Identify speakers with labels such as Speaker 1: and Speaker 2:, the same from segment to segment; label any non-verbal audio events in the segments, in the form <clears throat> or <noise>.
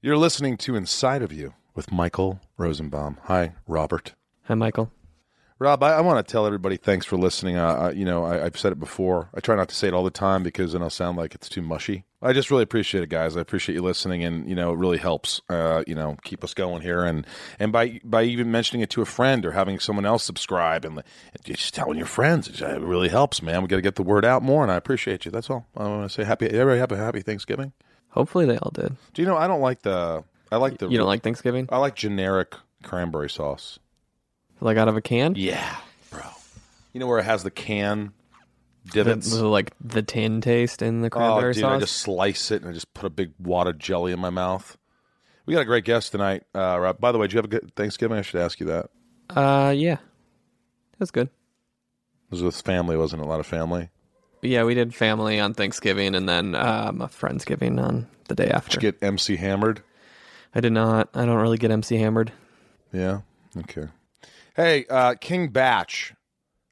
Speaker 1: You're listening to Inside of You with Michael Rosenbaum. Hi, Robert.
Speaker 2: Hi, Michael.
Speaker 1: Rob, I, I want to tell everybody thanks for listening. Uh, I, you know, I, I've said it before. I try not to say it all the time because then I'll sound like it's too mushy. I just really appreciate it, guys. I appreciate you listening, and you know, it really helps. Uh, you know, keep us going here, and and by by even mentioning it to a friend or having someone else subscribe and, and just telling your friends, it uh, really helps, man. We got to get the word out more, and I appreciate you. That's all. I want to say happy, everybody happy, happy Thanksgiving.
Speaker 2: Hopefully they all did.
Speaker 1: Do you know? I don't like the. I like the.
Speaker 2: You don't like Thanksgiving?
Speaker 1: I like generic cranberry sauce.
Speaker 2: Like out of a can?
Speaker 1: Yeah, bro. You know where it has the can
Speaker 2: The,
Speaker 1: divots?
Speaker 2: the, like the tin taste in the
Speaker 1: oh,
Speaker 2: cranberry
Speaker 1: dude, I
Speaker 2: sauce.
Speaker 1: just slice it and I just put a big wad of jelly in my mouth. We got a great guest tonight, uh, Rob. By the way, did you have a good Thanksgiving? I should ask you that.
Speaker 2: Uh, yeah, that's good.
Speaker 1: It was with family, wasn't it? A lot of family.
Speaker 2: But yeah, we did family on Thanksgiving and then um, a friendsgiving on the day after.
Speaker 1: Did you get MC hammered?
Speaker 2: I did not. I don't really get MC hammered.
Speaker 1: Yeah. Okay. Hey, uh, King Batch.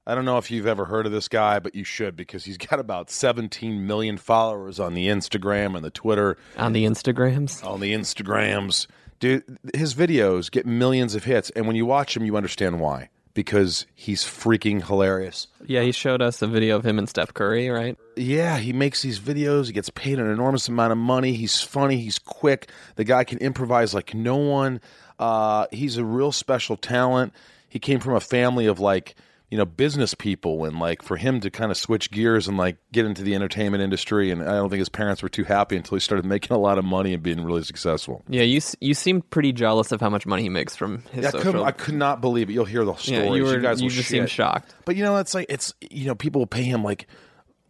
Speaker 1: I don't know if you've ever heard of this guy, but you should because he's <laughs> got about 17 million followers on the Instagram and the Twitter.
Speaker 2: On the Instagrams,
Speaker 1: on the Instagrams. Dude, his videos get millions of hits, and when you watch him, you understand why. Because he's freaking hilarious.
Speaker 2: yeah, he showed us a video of him and Steph Curry, right?
Speaker 1: Yeah, he makes these videos. He gets paid an enormous amount of money. He's funny. He's quick. The guy can improvise like no one. Uh, he's a real special talent. He came from a family of like, you know, business people, and like for him to kind of switch gears and like get into the entertainment industry. And I don't think his parents were too happy until he started making a lot of money and being really successful.
Speaker 2: Yeah, you s- you seem pretty jealous of how much money he makes from his
Speaker 1: Yeah, I couldn't.
Speaker 2: social.
Speaker 1: I could not believe it. You'll hear the stories.
Speaker 2: yeah, you
Speaker 1: you,
Speaker 2: were.
Speaker 1: guys will
Speaker 2: just
Speaker 1: shit.
Speaker 2: seem shocked.
Speaker 1: But you know, it's like it's you know, people will pay him like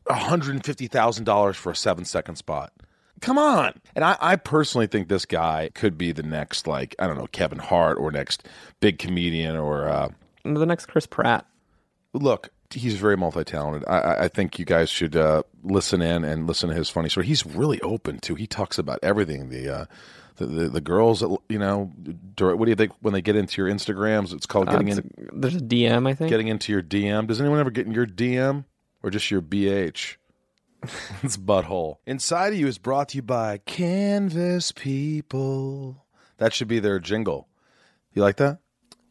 Speaker 1: hundred and fifty thousand dollars for a seven second spot. Come on. And I, I personally think this guy could be the next like I don't know Kevin Hart or next big comedian or uh,
Speaker 2: And The next Chris Pratt.
Speaker 1: look. He's very multi talented. I, I- I think you guys should uh, listen in and listen to his funny story. He's really open too. He talks about everything. The uh, the, the the girls, that, you know, direct, what do you think when they get into your Instagrams? It's called getting in,
Speaker 2: That's- There's a DM, I think.
Speaker 1: getting into your DM. Does anyone ever get in your DM or just your BH? <laughs> it's butthole. Inside of you is brought to you by Canvas People. That should be their jingle. You like that?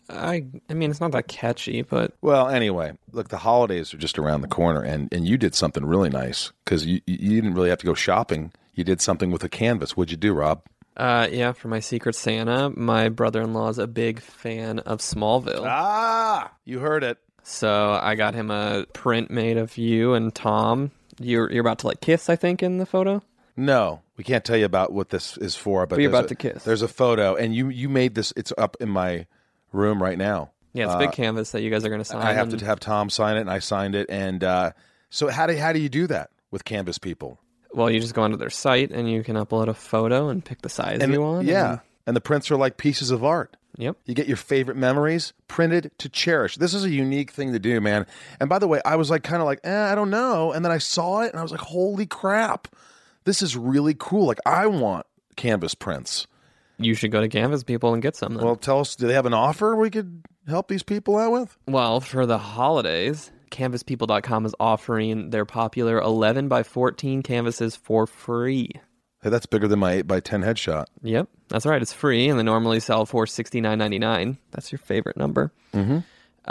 Speaker 2: I I mean, it's not that catchy, but
Speaker 1: Well, anyway, look, the holidays are just around the corner, and, and you did something really nice because you, you- you didn't really have to go shopping. You did something with a canvas. What'd you do, Rob?
Speaker 2: uh, yeah. For my Secret Santa, my brother-in-law is a big fan of Smallville,
Speaker 1: Ah, you heard it.
Speaker 2: so I got him a print made of you and Tom. You're you're about to like kiss, I think, in the photo.
Speaker 1: No, we can't tell you about what this is for. But
Speaker 2: We're
Speaker 1: there's
Speaker 2: about
Speaker 1: a-
Speaker 2: to kiss.
Speaker 1: There's a photo, and you you made this. It's up in my room right now.
Speaker 2: Yeah, it's a big canvas that you guys are gonna sign.
Speaker 1: Uh, I have
Speaker 2: and-
Speaker 1: to have Tom sign it, and I signed it. And uh, so, how do how do you do that with Canvas people?
Speaker 2: well, you just go onto their site and you can upload a photo and pick the size
Speaker 1: And-
Speaker 2: you want.
Speaker 1: yeah,
Speaker 2: and-
Speaker 1: and the prints are like pieces of art.
Speaker 2: yep.
Speaker 1: You get your favorite memories printed to cherish. This is a unique thing to do, man. And by the way, I was like, kind of like, eh, I don't know. And then I saw it and I was like, holy crap, this is really cool. Like, I want canvas prints.
Speaker 2: You should go to Canvas people and get some. Then.
Speaker 1: Well, tell us, do they have an offer we could help these people out with?
Speaker 2: Well, for the holidays, canvaspeople.com is offering their popular 11 by 14 canvases for free.
Speaker 1: Hey, that's bigger than my 8 by 10 headshot.
Speaker 2: Yep, that's right. It's free, and they normally sell for sixty nine ninety nine. That's your favorite number. Mm-hmm.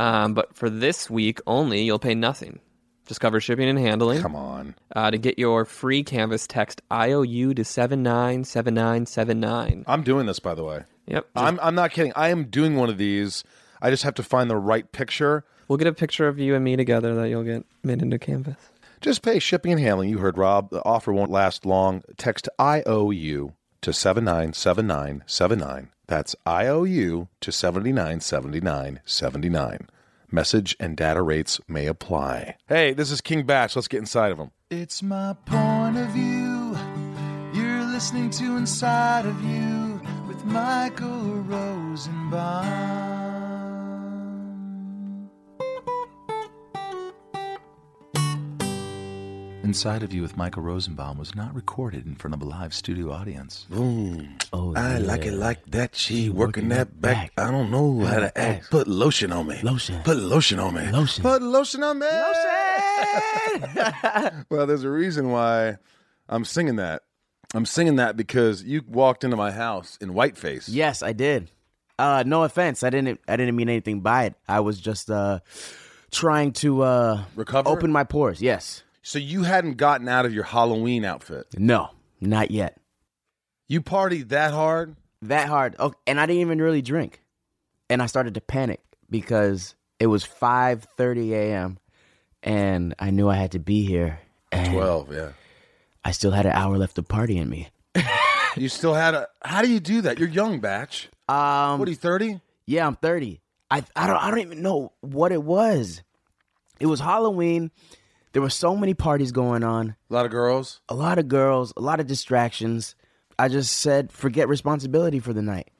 Speaker 2: Um, but for this week only, you'll pay nothing. Just cover shipping and handling.
Speaker 1: Come on.
Speaker 2: Uh, to get your free canvas, text IOU to seven nine seven nine seven nine.
Speaker 1: I'm doing this, by the way.
Speaker 2: Yep. Just-
Speaker 1: I'm, I'm not kidding. I am doing one of these. I just have to find the right picture.
Speaker 2: we'll get a picture of you and me together that you'll get made into canvas.
Speaker 1: Just pay shipping and handling. You heard Rob. The offer won't last long. Text IOU to 797979. That's IOU to 797979. Message and data rates may apply. Hey, this is King Batch. Let's get inside of him.
Speaker 3: It's my point of view. You're listening to Inside of You with Michael Rosenbaum. Inside of You with Michael Rosenbaum was not recorded in front of a live studio audience.
Speaker 4: Oh,
Speaker 1: I like it like that. She working that back. I don't know how to act. Put lotion on me. Lotion. Put lotion on me. Lotion. Put lotion on me. <laughs> Lotion. well, there's a reason why I'm singing that I'm singing that because you walked into my house in whiteface.
Speaker 4: Yes, I did. Uh, no offense, I didn't. I didn't mean anything by it. I was just uh, trying to uh,
Speaker 1: Recover?
Speaker 4: open my pores. Yes,
Speaker 1: So you hadn't gotten out of your Halloween outfit.
Speaker 4: no, not yet.
Speaker 1: You partied that hard.
Speaker 4: That hard. Oh, and I didn't even really drink, and I started to panic because it was five thirty a.m. and I knew I had to be here. And
Speaker 1: Twelve, yeah.
Speaker 4: I still had an hour left of party in me.
Speaker 1: You still had a. How do you do that? You're young, batch.
Speaker 4: Um,
Speaker 1: What are you, thirty?
Speaker 4: Yeah, I'm 30. I I don't I don't even know what it was. It was Halloween. There were so many parties going on.
Speaker 1: A lot of girls.
Speaker 4: A lot of girls, a lot of distractions. I just said forget responsibility for the night.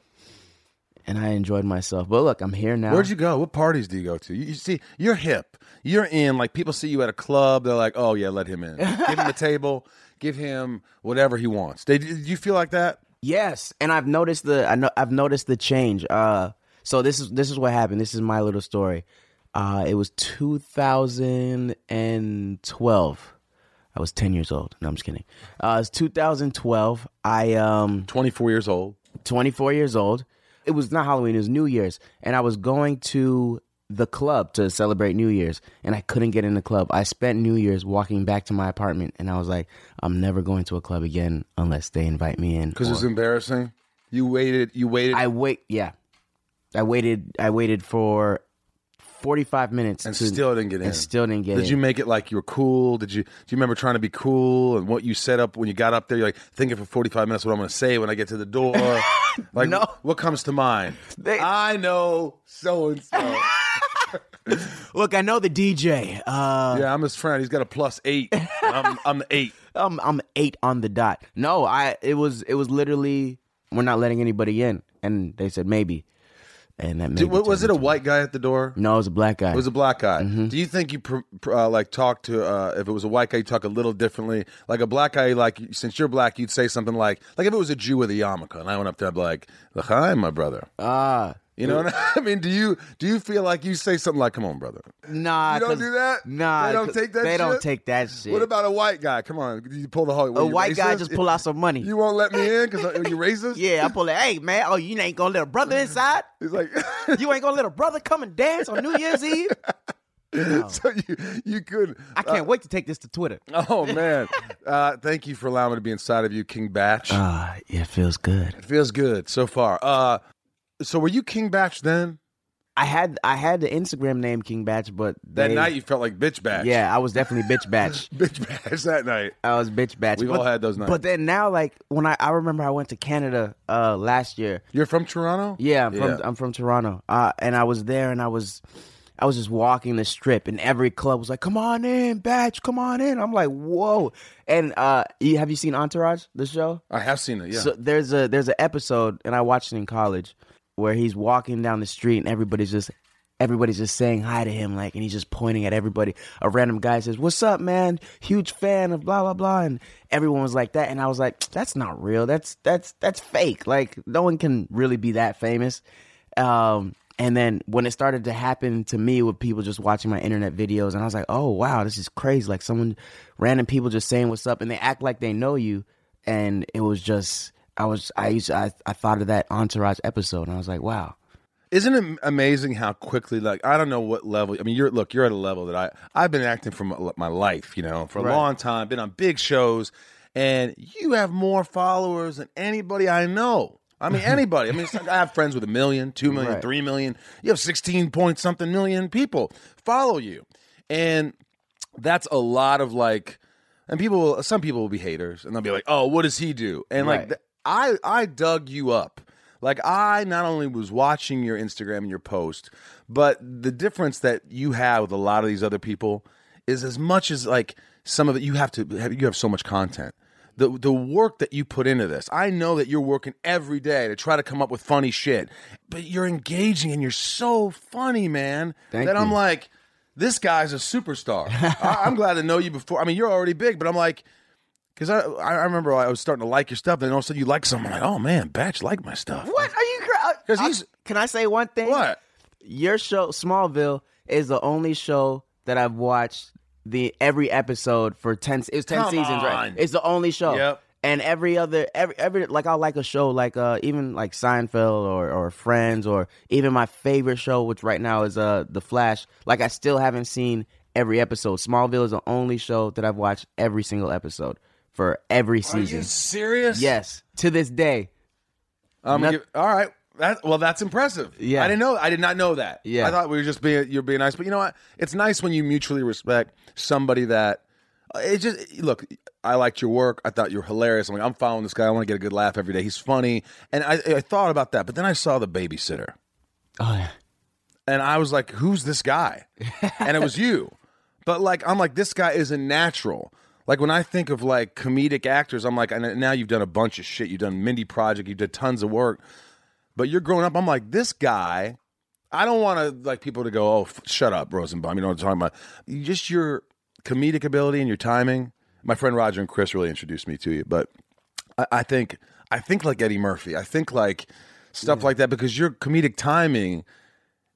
Speaker 4: And I enjoyed myself. But look, I'm here now.
Speaker 1: Where'd you go? What parties do you go to? You, you see, you're hip. You're in. Like people see you at a club, they're like, "Oh yeah, let him
Speaker 4: <laughs>
Speaker 1: in. give him a table. Give him whatever he wants." They, do you feel like that?
Speaker 4: Yes, and I've noticed the I know I've noticed the change. Uh, so this is this is what happened. This is my little story. Uh, it was 2012. I was 10 years old. No, I'm just kidding. Uh, it's 2012. I um
Speaker 1: Twenty four years old.
Speaker 4: 24 years old. It was not Halloween, it was New Year's. And I was going to the club to celebrate New Year's, and I couldn't get in the club. I spent New Year's walking back to my apartment, and I was like, I'm never going to a club again unless they invite me in.
Speaker 1: Because
Speaker 4: or-
Speaker 1: it's embarrassing. You waited. You waited
Speaker 4: I wait, yeah. I waited, I waited for 45 minutes
Speaker 1: and
Speaker 4: to,
Speaker 1: still didn't get in.
Speaker 4: and still didn't get
Speaker 1: Did
Speaker 4: in.
Speaker 1: you make it like you were cool? Did you do you remember trying to be cool and what you set up when you got up there? You're like thinking for 45 minutes what I'm going to say when I get to the
Speaker 4: <laughs>
Speaker 1: door. like
Speaker 4: No.
Speaker 1: what comes to mind?
Speaker 4: They-
Speaker 1: I know so and so.
Speaker 4: Look, I know the DJ. Uh,
Speaker 1: Yeah, I'm his friend. He's got a plus 8. I'm I'm the 8.
Speaker 4: I'm I'm eight on the dot. No, I it was it was literally we're not letting anybody in, and they said maybe, and that maybe
Speaker 1: Did, wa- was it
Speaker 4: turned
Speaker 1: a
Speaker 4: into-
Speaker 1: white guy at the door? Mm-hmm.
Speaker 4: No, it was a black guy.
Speaker 1: It was a black guy. Do you think you pr- pr- uh, like talk to uh, if it was a white guy, you talk a little differently? Like a black guy, like since you're black, you'd say something like like if it was a Jew with a yarmulke, and I went up there, I'd be like, "Hi, my brother."
Speaker 4: Ah,
Speaker 1: You know what I <laughs> mean? Do you do you feel like you say something like, "Come on, brother"?
Speaker 4: nah,
Speaker 1: You don't
Speaker 4: 'cause-
Speaker 1: do that?
Speaker 4: Nah,
Speaker 1: They don't
Speaker 4: 'cause
Speaker 1: take that
Speaker 4: They don't
Speaker 1: shit?
Speaker 4: take that shit.
Speaker 1: What about a white guy? Come on, you pull the whole.
Speaker 4: a white guy? Just pull out some money.
Speaker 1: You won't let me in because are you <laughs> racist?
Speaker 4: <laughs> yeah, I pull it. Hey man, oh you ain't gonna let a brother inside.
Speaker 1: He's like, <laughs>
Speaker 4: You ain't gonna let a brother come and dance on New Year's Eve.
Speaker 1: so you you could.
Speaker 4: I can't wait to take this to Twitter.
Speaker 1: Oh man, uh, thank you for allowing me to be inside of you, King Batch.
Speaker 4: Ah, it feels good.
Speaker 1: it feels good so far. Uh, so were you King Batch then?
Speaker 4: I had I had the Instagram name King Batch, but
Speaker 1: That
Speaker 4: they-
Speaker 1: night you felt like bitch batch.
Speaker 4: yeah, I was definitely bitch batch.
Speaker 1: <laughs> bitch batch that night.
Speaker 4: I was bitch batch.
Speaker 1: We've all had those nights.
Speaker 4: But then now, like when I, I remember I went to Canada uh, last year.
Speaker 1: You're from Toronto?
Speaker 4: Yeah, I'm
Speaker 1: Yeah.
Speaker 4: from I'm from Toronto, uh, and I was there, and I was I was just walking the strip, and every club was like, "Come on in, batch, come on in." I'm like, "Whoa!" And uh, you, have you seen Entourage, the show?
Speaker 1: I have seen it. Yeah.
Speaker 4: So there's a there's an episode, and I watched it in college, where he's walking down the street, and everybody's just everybody's just saying hi to him, like, and he's just pointing at everybody. A random guy says, "What's up, man? Huge fan of blah blah blah," and everyone was like that, and I was like, "That's not real. That's that's that's fake. Like, no one can really be that famous." Um, and then when it started to happen to me with people just watching my internet videos, and I was like, oh, wow, this is crazy. Like someone, random people just saying what's up, and they act like they know you. And it was just, I was, I used, I, I thought of that Entourage episode, and I was like, wow.
Speaker 1: Isn't it amazing how quickly, like, I don't know what level. I mean, you're look, you're at a level that I I've been acting for my, my life, you know, for a
Speaker 4: Right.
Speaker 1: long time. Been on big shows, and you have more followers than anybody I know. I
Speaker 4: <laughs>
Speaker 1: mean, anybody. I mean, it's like I have friends with a million, two million,
Speaker 4: Right.
Speaker 1: three million. You have sixteen point something million people follow you, and that's a lot of like and people will, some people will be haters and they'll be like oh what does he do and like
Speaker 4: Right.
Speaker 1: th- i i dug you up like i not only was watching your instagram and your post but the difference that you have with a lot of these other people is as much as like some of it you have to have you have so much content the the work that you put into this. I know that you're working every day to try to come up with funny shit, but you're engaging and you're so funny, man.
Speaker 4: Thank
Speaker 1: that I'm
Speaker 4: you.
Speaker 1: like, this guy's a superstar. I, I'm glad to know you before. I mean, you're already big, but I'm like. Cause I I remember I was starting to like your stuff, and all of a sudden you like someone like, oh man, Batch like my stuff.
Speaker 4: What are you? cra-
Speaker 1: 'Cause
Speaker 4: I-
Speaker 1: he's-
Speaker 4: Can I say one thing?
Speaker 1: What?
Speaker 4: Your show, Smallville, is the only show that I've watched the every episode for ten. It's ten
Speaker 1: Come
Speaker 4: seasons, right?
Speaker 1: on.
Speaker 4: It's the only show.
Speaker 1: Yep.
Speaker 4: and every other every every like I like a show like uh even like Seinfeld or or Friends or even my favorite show which right now is uh The Flash like I still haven't seen every episode. Smallville is the only show that I've watched every single episode for every season.
Speaker 1: serious?
Speaker 4: Yes, to this day.
Speaker 1: I'm gonna
Speaker 4: Noth-
Speaker 1: give, all right. That, well, that's impressive.
Speaker 4: Yeah.
Speaker 1: I didn't know. I did not know that.
Speaker 4: Yeah.
Speaker 1: I thought we were just being you're being nice, but you know what? It's nice when you mutually respect somebody that. It just look. I liked your work. I thought you were hilarious. I'm like, I'm following this guy. I want to get a good laugh every day. He's funny, and I, I thought about that, but then I saw the babysitter,
Speaker 4: Oh yeah.
Speaker 1: and I was like, who's this guy? and it was you. But like, I'm like, this guy isn't natural. Like when I think of like comedic actors, I'm like, and now you've done a bunch of shit. You've done Mindy Project. You did tons of work. But you're growing up. I'm like, this guy. I don't want to like people to go, oh, f- shut up, Rosenbaum. You know what I'm talking about. You- Just your comedic ability and your timing. My friend Roger and Chris really introduced me to you, but I, I think I think like Eddie Murphy. I think like stuff like that because your comedic timing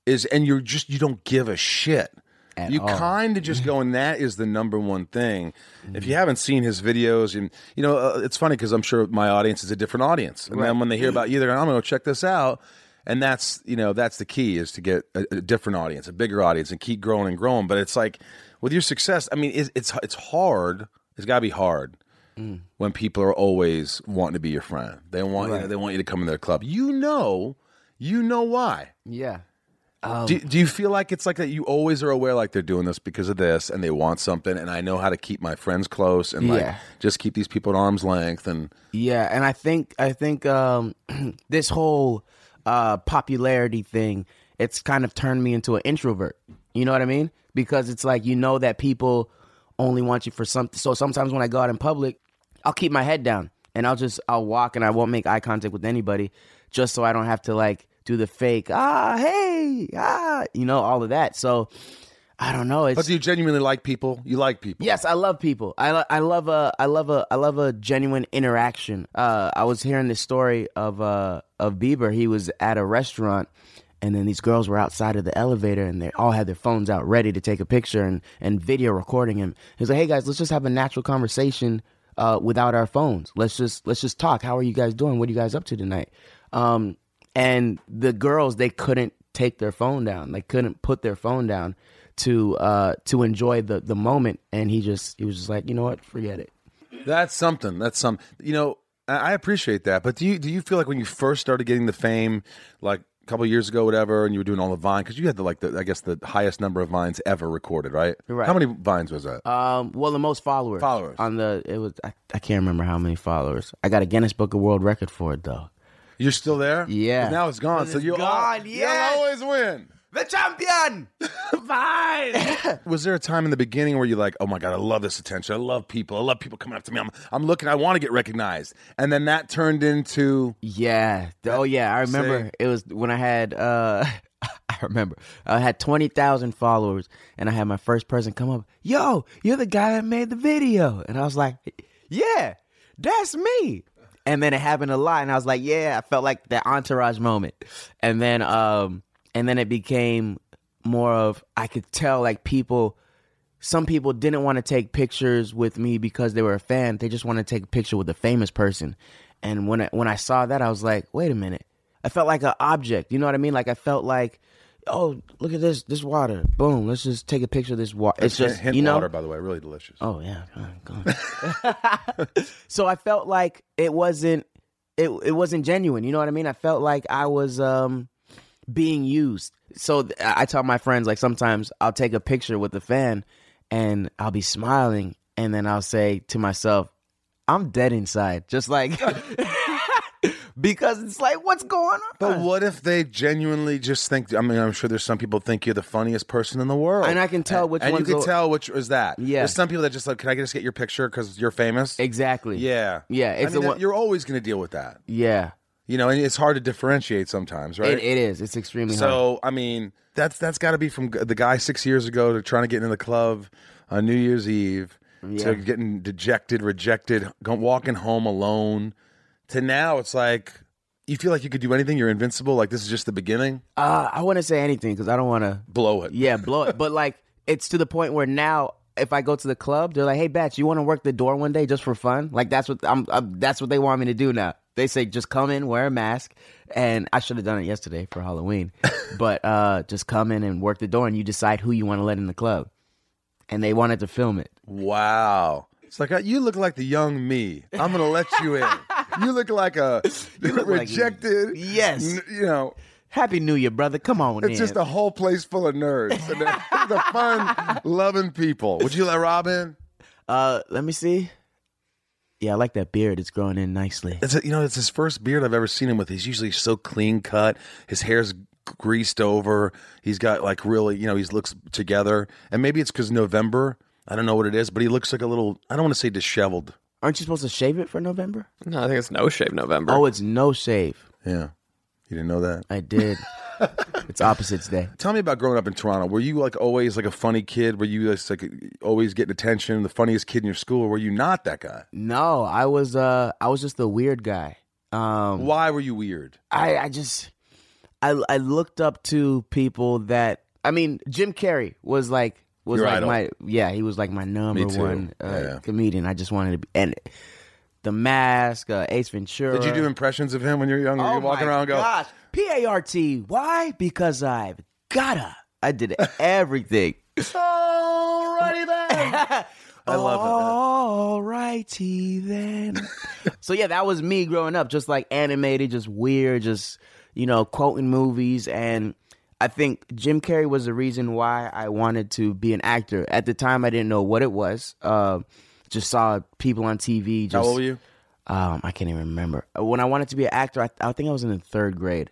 Speaker 1: is, and you're just you don't give a shit.
Speaker 4: At
Speaker 1: you
Speaker 4: all.
Speaker 1: kind of just go, and that is the number one thing. If you haven't seen his videos, and you know, uh, it's funny because I'm sure my audience is a different audience, and then when they hear about you, they're going, "I'm going to check this out." And that's you know that's the key is to get a, a different audience, a bigger audience, and keep growing and growing. But it's like with your success, I mean, it's it's, it's hard. It's got to be hard
Speaker 4: Mm.
Speaker 1: when people are always wanting to be your friend. They want you, they want you to come in their club. You know, you know why.
Speaker 4: Yeah.
Speaker 1: do,
Speaker 4: Um,
Speaker 1: do you feel like it's like that? You always are aware like they're doing this because of this, and they want something, and I know how to keep my friends close and like
Speaker 4: Yeah.
Speaker 1: just keep these people at arm's length. And
Speaker 4: Yeah, and I think I think um, <clears throat> this whole uh, popularity thing it's kind of turned me into an introvert. You know what I mean? Because it's like you know that people only want you for something. So sometimes when I go out in public, I'll keep my head down and I'll just I'll walk and I won't make eye contact with anybody, just so I don't have to like do the fake ah hey ah you know all of that. So I don't know. It's
Speaker 1: but do you genuinely like people? You like people?
Speaker 4: Yes, I love people. I, lo- I love a I love a I love a genuine interaction. Uh, I was hearing this story of uh, of Bieber. He was at a restaurant, and then these girls were outside of the elevator, and they all had their phones out, ready to take a picture and and video recording him. He's like, "Hey guys, let's just have a natural conversation uh, without our phones. Let's just let's just talk. How are you guys doing? What are you guys up to tonight?" Um, and the girls they couldn't take their phone down they couldn't put their phone down to uh to enjoy the the moment and he just he was just like you know what forget it
Speaker 1: That's something. That's some. You know, I, I appreciate that. But do you do you feel like when you first started getting the fame, like a couple of years ago, whatever, and you were doing all the vine because you had the like the I guess the highest number of vines ever recorded, right?
Speaker 4: Right.
Speaker 1: How many vines was that?
Speaker 4: um well the most followers
Speaker 1: Followers.
Speaker 4: on the it was I, I can't remember how many followers i got a guinness book of world record for it though
Speaker 1: You're still there?
Speaker 4: Yeah.
Speaker 1: But now it's gone. So
Speaker 4: it's
Speaker 1: you
Speaker 4: gone,
Speaker 1: al-
Speaker 4: yes.
Speaker 1: You'll always win.
Speaker 4: the champion <laughs> fine
Speaker 1: Was there a time in the beginning where you're like, oh my God, I love this attention. I love people. I love people coming up to me. I'm, I'm looking. I want to get recognized. And then that turned into
Speaker 4: yeah oh yeah i remember
Speaker 1: Say-
Speaker 4: it was when i had uh <laughs> I remember I had 20,000 followers and I had my first person come up, "Yo, you're the guy that made the video." And I was like, "Yeah, that's me." And then it happened a lot and I was like, "Yeah, I felt like the entourage moment." And then um and then it became more of I could tell like people some people didn't want to take pictures with me because they were a fan. They just want to take a picture with a famous person. And when I, when I saw that, I was like, "Wait a minute." I felt like an object. You know what I mean? Like I felt like, oh, look at this this water. Boom. Let's just take a picture of this water. It's just
Speaker 1: hint
Speaker 4: you know.
Speaker 1: water, by the way, really delicious.
Speaker 4: Oh yeah. Oh,
Speaker 1: <laughs>
Speaker 4: God. <laughs> so I felt like it wasn't it it wasn't genuine. You know what I mean? I felt like I was um being used. So th- I I tell my friends like sometimes I'll take a picture with a fan and I'll be smiling and then I'll say to myself, I'm dead inside. Just like <laughs> because it's like what's going on?
Speaker 1: But what if they genuinely just think? I mean, I'm sure there's some people think you're the funniest person in the world,
Speaker 4: And I can tell which
Speaker 1: and
Speaker 4: one's
Speaker 1: you
Speaker 4: the-
Speaker 1: can tell which is that.
Speaker 4: Yeah.
Speaker 1: there's some people that just like, can I just get your picture because you're famous?
Speaker 4: exactly.
Speaker 1: Yeah,
Speaker 4: Yeah,
Speaker 1: I
Speaker 4: it's
Speaker 1: mean,
Speaker 4: the one-
Speaker 1: you're always going to deal with that.
Speaker 4: Yeah.
Speaker 1: You know, and it's hard to differentiate sometimes, right?
Speaker 4: It, it is. It's extremely hard.
Speaker 1: so I mean, that's that's got to be from g- the guy six years ago to trying to get into the club on New Year's Eve
Speaker 4: Yeah.
Speaker 1: to getting dejected, rejected, go- walking home alone, to now it's like you feel like you could do anything. You're invincible. Like this is just the beginning.
Speaker 4: Uh, I wouldn't say anything because I don't want to
Speaker 1: Blow it.
Speaker 4: Yeah, blow it. But like, it's to the point where now if I go to the club, they're like, "Hey, Batch, you want to work the door one day just for fun?" Like that's what I'm. i that's what they want me to do now. They say just come in, wear a mask, and I should have done it yesterday
Speaker 1: <laughs>
Speaker 4: for Halloween, but uh, just come in and work the door, and you decide who you want to let in the club. And they wanted to film it.
Speaker 1: Wow. It's like, uh, you look like the young me. I'm going to let you
Speaker 4: <laughs>
Speaker 1: in. You look like a
Speaker 4: look like-
Speaker 1: rejected.
Speaker 4: Yes.
Speaker 1: n- You know,
Speaker 4: Happy New Year, brother. Come on
Speaker 1: it's
Speaker 4: in.
Speaker 1: just a whole place full of nerds.
Speaker 4: <laughs>
Speaker 1: And they're- the fun, loving people. Would you let Rob in?
Speaker 4: uh, let me see. Yeah, I like that beard. It's growing in nicely.
Speaker 1: It's a, you know, it's his first beard I've ever seen him with. He's usually so clean cut. His hair's greased over. He's got like really, you know, he looks together. And maybe it's because November. I don't know what it is, but he looks like a little. I don't want to say disheveled.
Speaker 4: Aren't you supposed to shave it for November?
Speaker 2: No, I think it's no shave November.
Speaker 4: Oh, it's no shave.
Speaker 1: Yeah, you didn't know that. <laughs>
Speaker 4: I did. it's opposites day.
Speaker 1: Tell me about growing up in Toronto. Were you like always like a funny kid? Were you just like always getting attention, the funniest kid in your school? Or were you not that guy?
Speaker 4: No, I was uh I was just the weird guy. Um
Speaker 1: Why were you weird?
Speaker 4: I I just I I looked up to people that I mean Jim Carrey was like was
Speaker 1: Your
Speaker 4: like
Speaker 1: idol.
Speaker 4: my yeah, he was like my number
Speaker 1: too.
Speaker 4: one uh,
Speaker 1: Yeah.
Speaker 4: comedian. I just wanted to be and The Mask, uh, Ace Ventura.
Speaker 1: Did you do impressions of him when you were young? Were
Speaker 4: Oh
Speaker 1: you walking
Speaker 4: my
Speaker 1: around and go,
Speaker 4: gosh. P A R T. Why? Because I've gotta. I
Speaker 1: <laughs>
Speaker 4: did everything.
Speaker 1: Alrighty <laughs> then. I love it.
Speaker 4: All righty then. <laughs> so yeah, that was me growing up, just like animated, just weird, just you know, quoting movies, and I think Jim Carrey was the reason why I wanted to be an actor. At the time, I didn't know what it was. Uh, just saw people on TV. Just,
Speaker 1: How old were you?
Speaker 4: Um, I can't even remember. When I wanted to be an actor, I, I think I was in the third grade.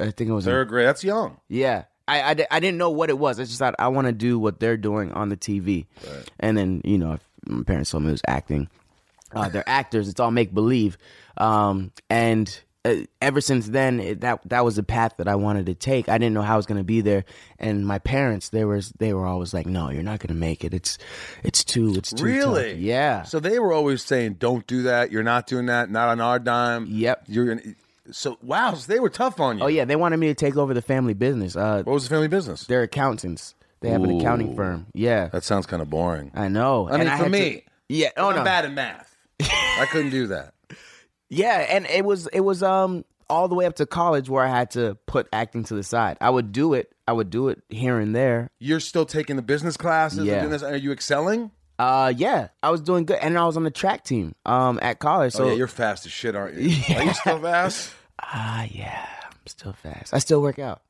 Speaker 4: I think I was in
Speaker 1: Third grade. That's young.
Speaker 4: yeah. I, I, di- I didn't know what it was. I just thought I want to do what they're doing on the TV. And then, you know, if my parents told me it was acting. Uh, they're actors. It's all make believe. Um, and uh, ever since then, it, that that was the path that I wanted to take. I didn't know how I was going to be there. And my parents, they were they were always like, "No, you're not going to make it. It's it's too it's too tough."
Speaker 1: Really?
Speaker 4: yeah."
Speaker 1: So they were always saying, "Don't do that. You're not doing that. Not on our dime."
Speaker 4: Yep.
Speaker 1: You're in. So wow, so they were tough on you.
Speaker 4: oh yeah, they wanted me to take over the family business. Uh,
Speaker 1: What was the family business?
Speaker 4: they're accountants. They have an accounting
Speaker 1: Ooh.
Speaker 4: firm. Yeah,
Speaker 1: That sounds kind of boring.
Speaker 4: I know.
Speaker 1: I mean,
Speaker 4: And
Speaker 1: for
Speaker 4: had to-
Speaker 1: me,
Speaker 4: yeah. Oh
Speaker 1: I'm
Speaker 4: no.
Speaker 1: bad at
Speaker 4: <laughs>
Speaker 1: math. I couldn't do that.
Speaker 4: Yeah, and it was it was um all the way up to college where I had to put acting to the side. I would do it. I would do it here and there.
Speaker 1: You're still taking the business classes. and
Speaker 4: Yeah.
Speaker 1: doing this. Are you excelling?
Speaker 4: Uh yeah, I was doing good and I was on the track team um at college. So
Speaker 1: oh yeah, you're fast as shit, aren't
Speaker 4: <laughs>
Speaker 1: you? Are you still fast?
Speaker 4: ah yeah, I'm still fast. I still work out.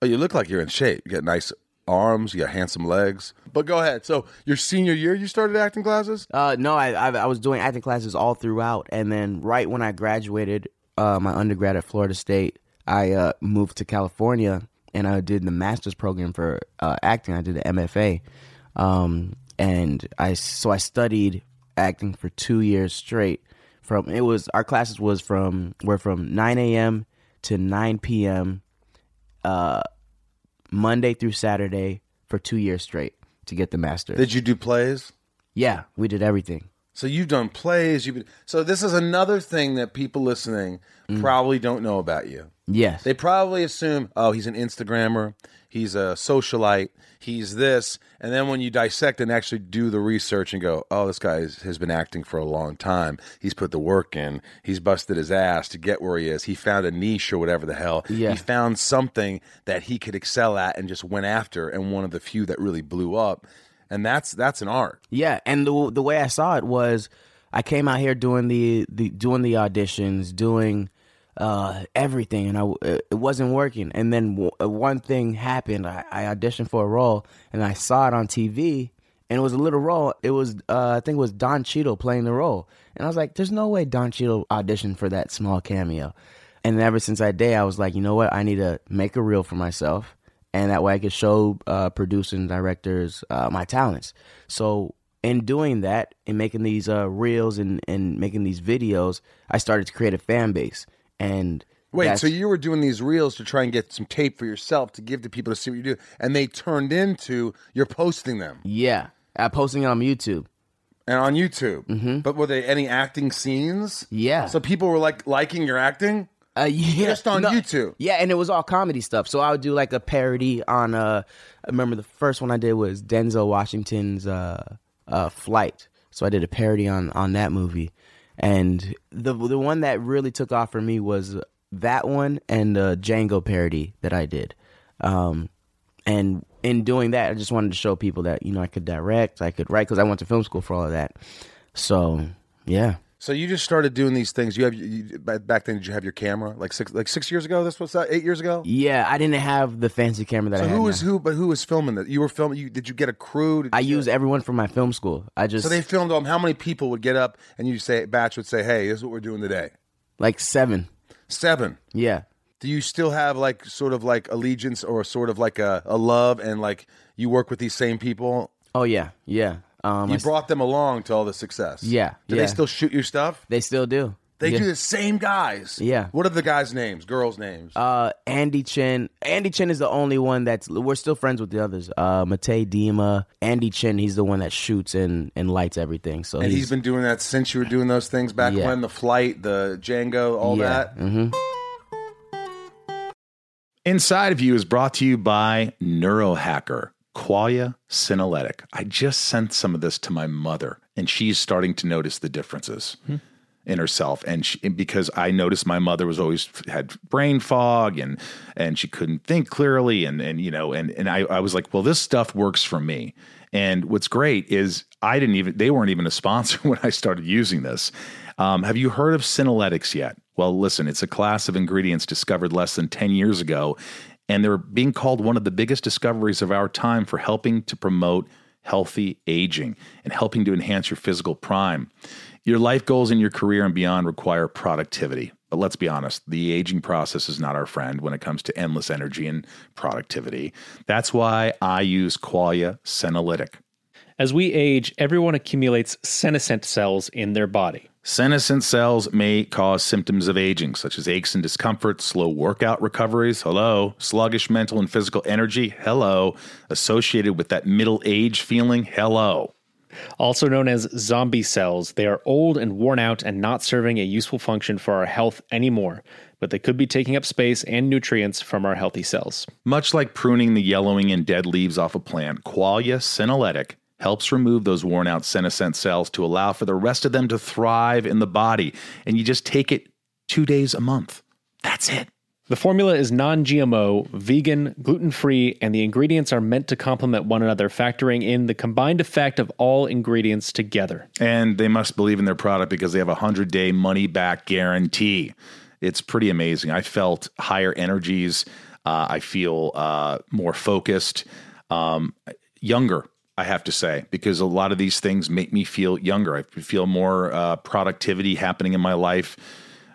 Speaker 1: Oh, you look like you're in shape. You got nice arms. You got handsome legs. But go ahead. So your senior year, you started acting classes.
Speaker 4: Uh no, I I, I was doing acting classes all throughout and then right when I graduated uh my undergrad at Florida State, I uh moved to California and I did the master's program for uh, acting. I did the MFA. um, and I so I studied acting for two years straight. From it was our classes was from were from nine a.m. to nine p.m. Uh, Monday through Saturday for two years straight to get the master.
Speaker 1: Did you do plays?
Speaker 4: yeah, we did everything.
Speaker 1: So you've done plays. You've been, so this is another thing that people listening probably don't know about you.
Speaker 4: Yes,
Speaker 1: They probably assume, oh, he's an Instagrammer, he's a socialite, he's this, and then when you dissect and actually do the research and go, oh, this guy is, has been acting for a long time. He's put the work in. He's busted his ass to get where he is. He found a niche or whatever the hell.
Speaker 4: Yeah.
Speaker 1: He found something that he could excel at and just went after, and one of the few that really blew up. And that's that's an art.
Speaker 4: Yeah, and the the way I saw it was, I came out here doing the, the doing the auditions, doing uh, everything, and I w- uh, it wasn't working. And then w- uh, one thing happened. I, I auditioned for a role, and I saw it on TV, and it was a little role. It was uh, I think it was Don Cheadle playing the role, and I was like, "There's no way Don Cheadle auditioned for that small cameo." And ever since that day, I was like, "You know what? I need to make a reel for myself." and that way I could show uh, producers and directors uh, my talents. So in doing that and making these uh, reels and, and making these videos, I started to create a fan base. And
Speaker 1: Wait,
Speaker 4: that's-
Speaker 1: so you were doing these reels to try and get some tape for yourself to give to people to see what you do, and they turned into you're posting them
Speaker 4: yeah, I posting it on YouTube.
Speaker 1: and on YouTube. But were there any acting scenes?
Speaker 4: Mm-hmm. Yeah.
Speaker 1: So people were like liking your acting.
Speaker 4: Uh, <laughs> yeah,
Speaker 5: Just on YouTube.
Speaker 4: Yeah, and it was all comedy stuff. So I would do like a parody on. Uh, I remember the first one I did was Denzel Washington's uh, uh, Flight. So I did a parody on on that movie, and the the one that really took off for me was that one and the Django parody that I did. Um, and in doing that, I just wanted to show people that you know I could direct, I could write because I went to film school for all of that. So yeah.
Speaker 5: So you just started doing these things. You have you, you- ba- back then. Did you have your camera like six like six years ago? This was that eight years ago.
Speaker 4: Yeah, I didn't have the fancy camera that
Speaker 5: So
Speaker 4: I had.
Speaker 5: who
Speaker 4: now.
Speaker 5: was who? But who was filming that? You were filming. You did you get a crew? Did
Speaker 4: I
Speaker 5: you-
Speaker 4: use everyone from my film school. I just
Speaker 5: So they filmed them. How many people would get up and you say batch would say, "Hey, this is what we're doing today."
Speaker 4: like seven.
Speaker 5: Seven.
Speaker 4: Yeah.
Speaker 5: Do you still have like sort of like allegiance or sort of like a, a love and like you work with these same people?
Speaker 4: Oh yeah, yeah. Um, I
Speaker 5: You
Speaker 4: s-
Speaker 5: brought them along to all the success.
Speaker 4: Yeah,
Speaker 5: Do
Speaker 4: yeah.
Speaker 5: they still shoot your stuff?
Speaker 4: they still do.
Speaker 5: They
Speaker 4: yeah.
Speaker 5: do the same guys.
Speaker 4: Yeah.
Speaker 5: What are the guys' names? Girls' names?
Speaker 4: Uh, Andy Chen. Andy Chen is the only one that's we're still friends with the others. Uh, Matei Dima, Andy Chen. He's the one that shoots and and lights everything. So
Speaker 5: and he's been doing that since you were doing those things back
Speaker 4: Yeah.
Speaker 5: when the flight, the Django, all
Speaker 4: yeah.
Speaker 5: that.
Speaker 4: hmm
Speaker 6: Inside of You is brought to you by Neurohacker, Qualia Synalytic. I just sent some of this to my mother, and she's starting to notice the differences in herself. And she, because I noticed my mother was always had brain fog and and she couldn't think clearly, and and you know, and and I, I was like, well, this stuff works for me. And what's great is I didn't even they weren't even a sponsor <laughs> when I started using this. Um, have you heard of Synalytics yet? Well, listen, it's a class of ingredients discovered less than 10 years ago, and they're being called one of the biggest discoveries of our time for helping to promote healthy aging and helping to enhance your physical prime. Your life goals in your career and beyond require productivity. But let's be honest, the aging process is not our friend when it comes to endless energy and productivity. That's why I use Qualia Senolytic.
Speaker 7: As we age, everyone accumulates senescent cells in their body.
Speaker 6: Senescent cells may cause symptoms of aging, such as aches and discomfort, slow workout recoveries, hello, sluggish mental and physical energy, hello, associated with that middle age feeling, hello.
Speaker 7: Also known as zombie cells, they are old and worn out and not serving a useful function for our health anymore, but they could be taking up space and nutrients from our healthy cells.
Speaker 6: Much like pruning the yellowing and dead leaves off a plant, Qualia senolytic helps remove those worn out senescent cells to allow for the rest of them to thrive in the body. And you just take it two days a month. That's it.
Speaker 7: The formula is non GMO, vegan, gluten free, and the ingredients are meant to complement one another, factoring in the combined effect of all ingredients together.
Speaker 6: and they must believe in their product because they have a 100 day money back guarantee. It's pretty amazing. I felt higher energies. Uh, I feel uh, more focused, um, younger, I have to say, because a lot of these things make me feel younger. I feel more uh, productivity happening in my life,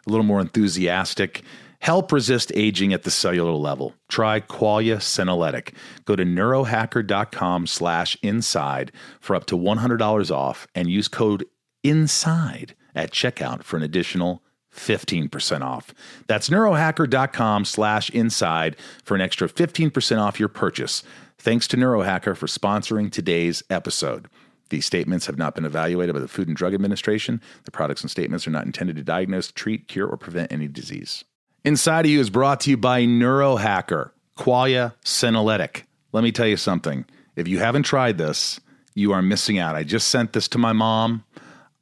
Speaker 6: a little more enthusiastic. Help resist aging at the cellular level. Try Qualia Senolytic. Go to neurohacker.com slash inside for up to $100 off and use code INSIDE at checkout for an additional 15% off. That's neurohacker.com slash inside for an extra 15% off your purchase. Thanks to Neurohacker for sponsoring today's episode. These statements have not been evaluated by the Food and Drug Administration. The products and statements are not intended to diagnose, treat, cure, or prevent any disease. Inside of You is brought to you by Neurohacker, Qualia Synalytic. Let me tell you something. If you haven't tried this, you are missing out. I just sent this to my mom.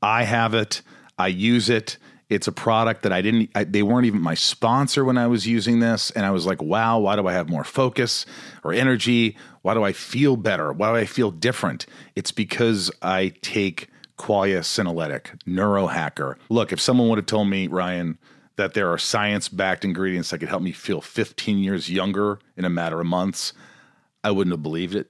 Speaker 6: I have it. I use it. It's a product that I didn't, I, they weren't even my sponsor when I was using this. And I was like, wow, why do I have more focus or energy? Why do I feel better? Why do I feel different? It's because I take Qualia Synalytic, Neurohacker. Look, if someone would have told me, Ryan, that there are science backed ingredients that could help me feel 15 years younger in a matter of months, I wouldn't have believed it.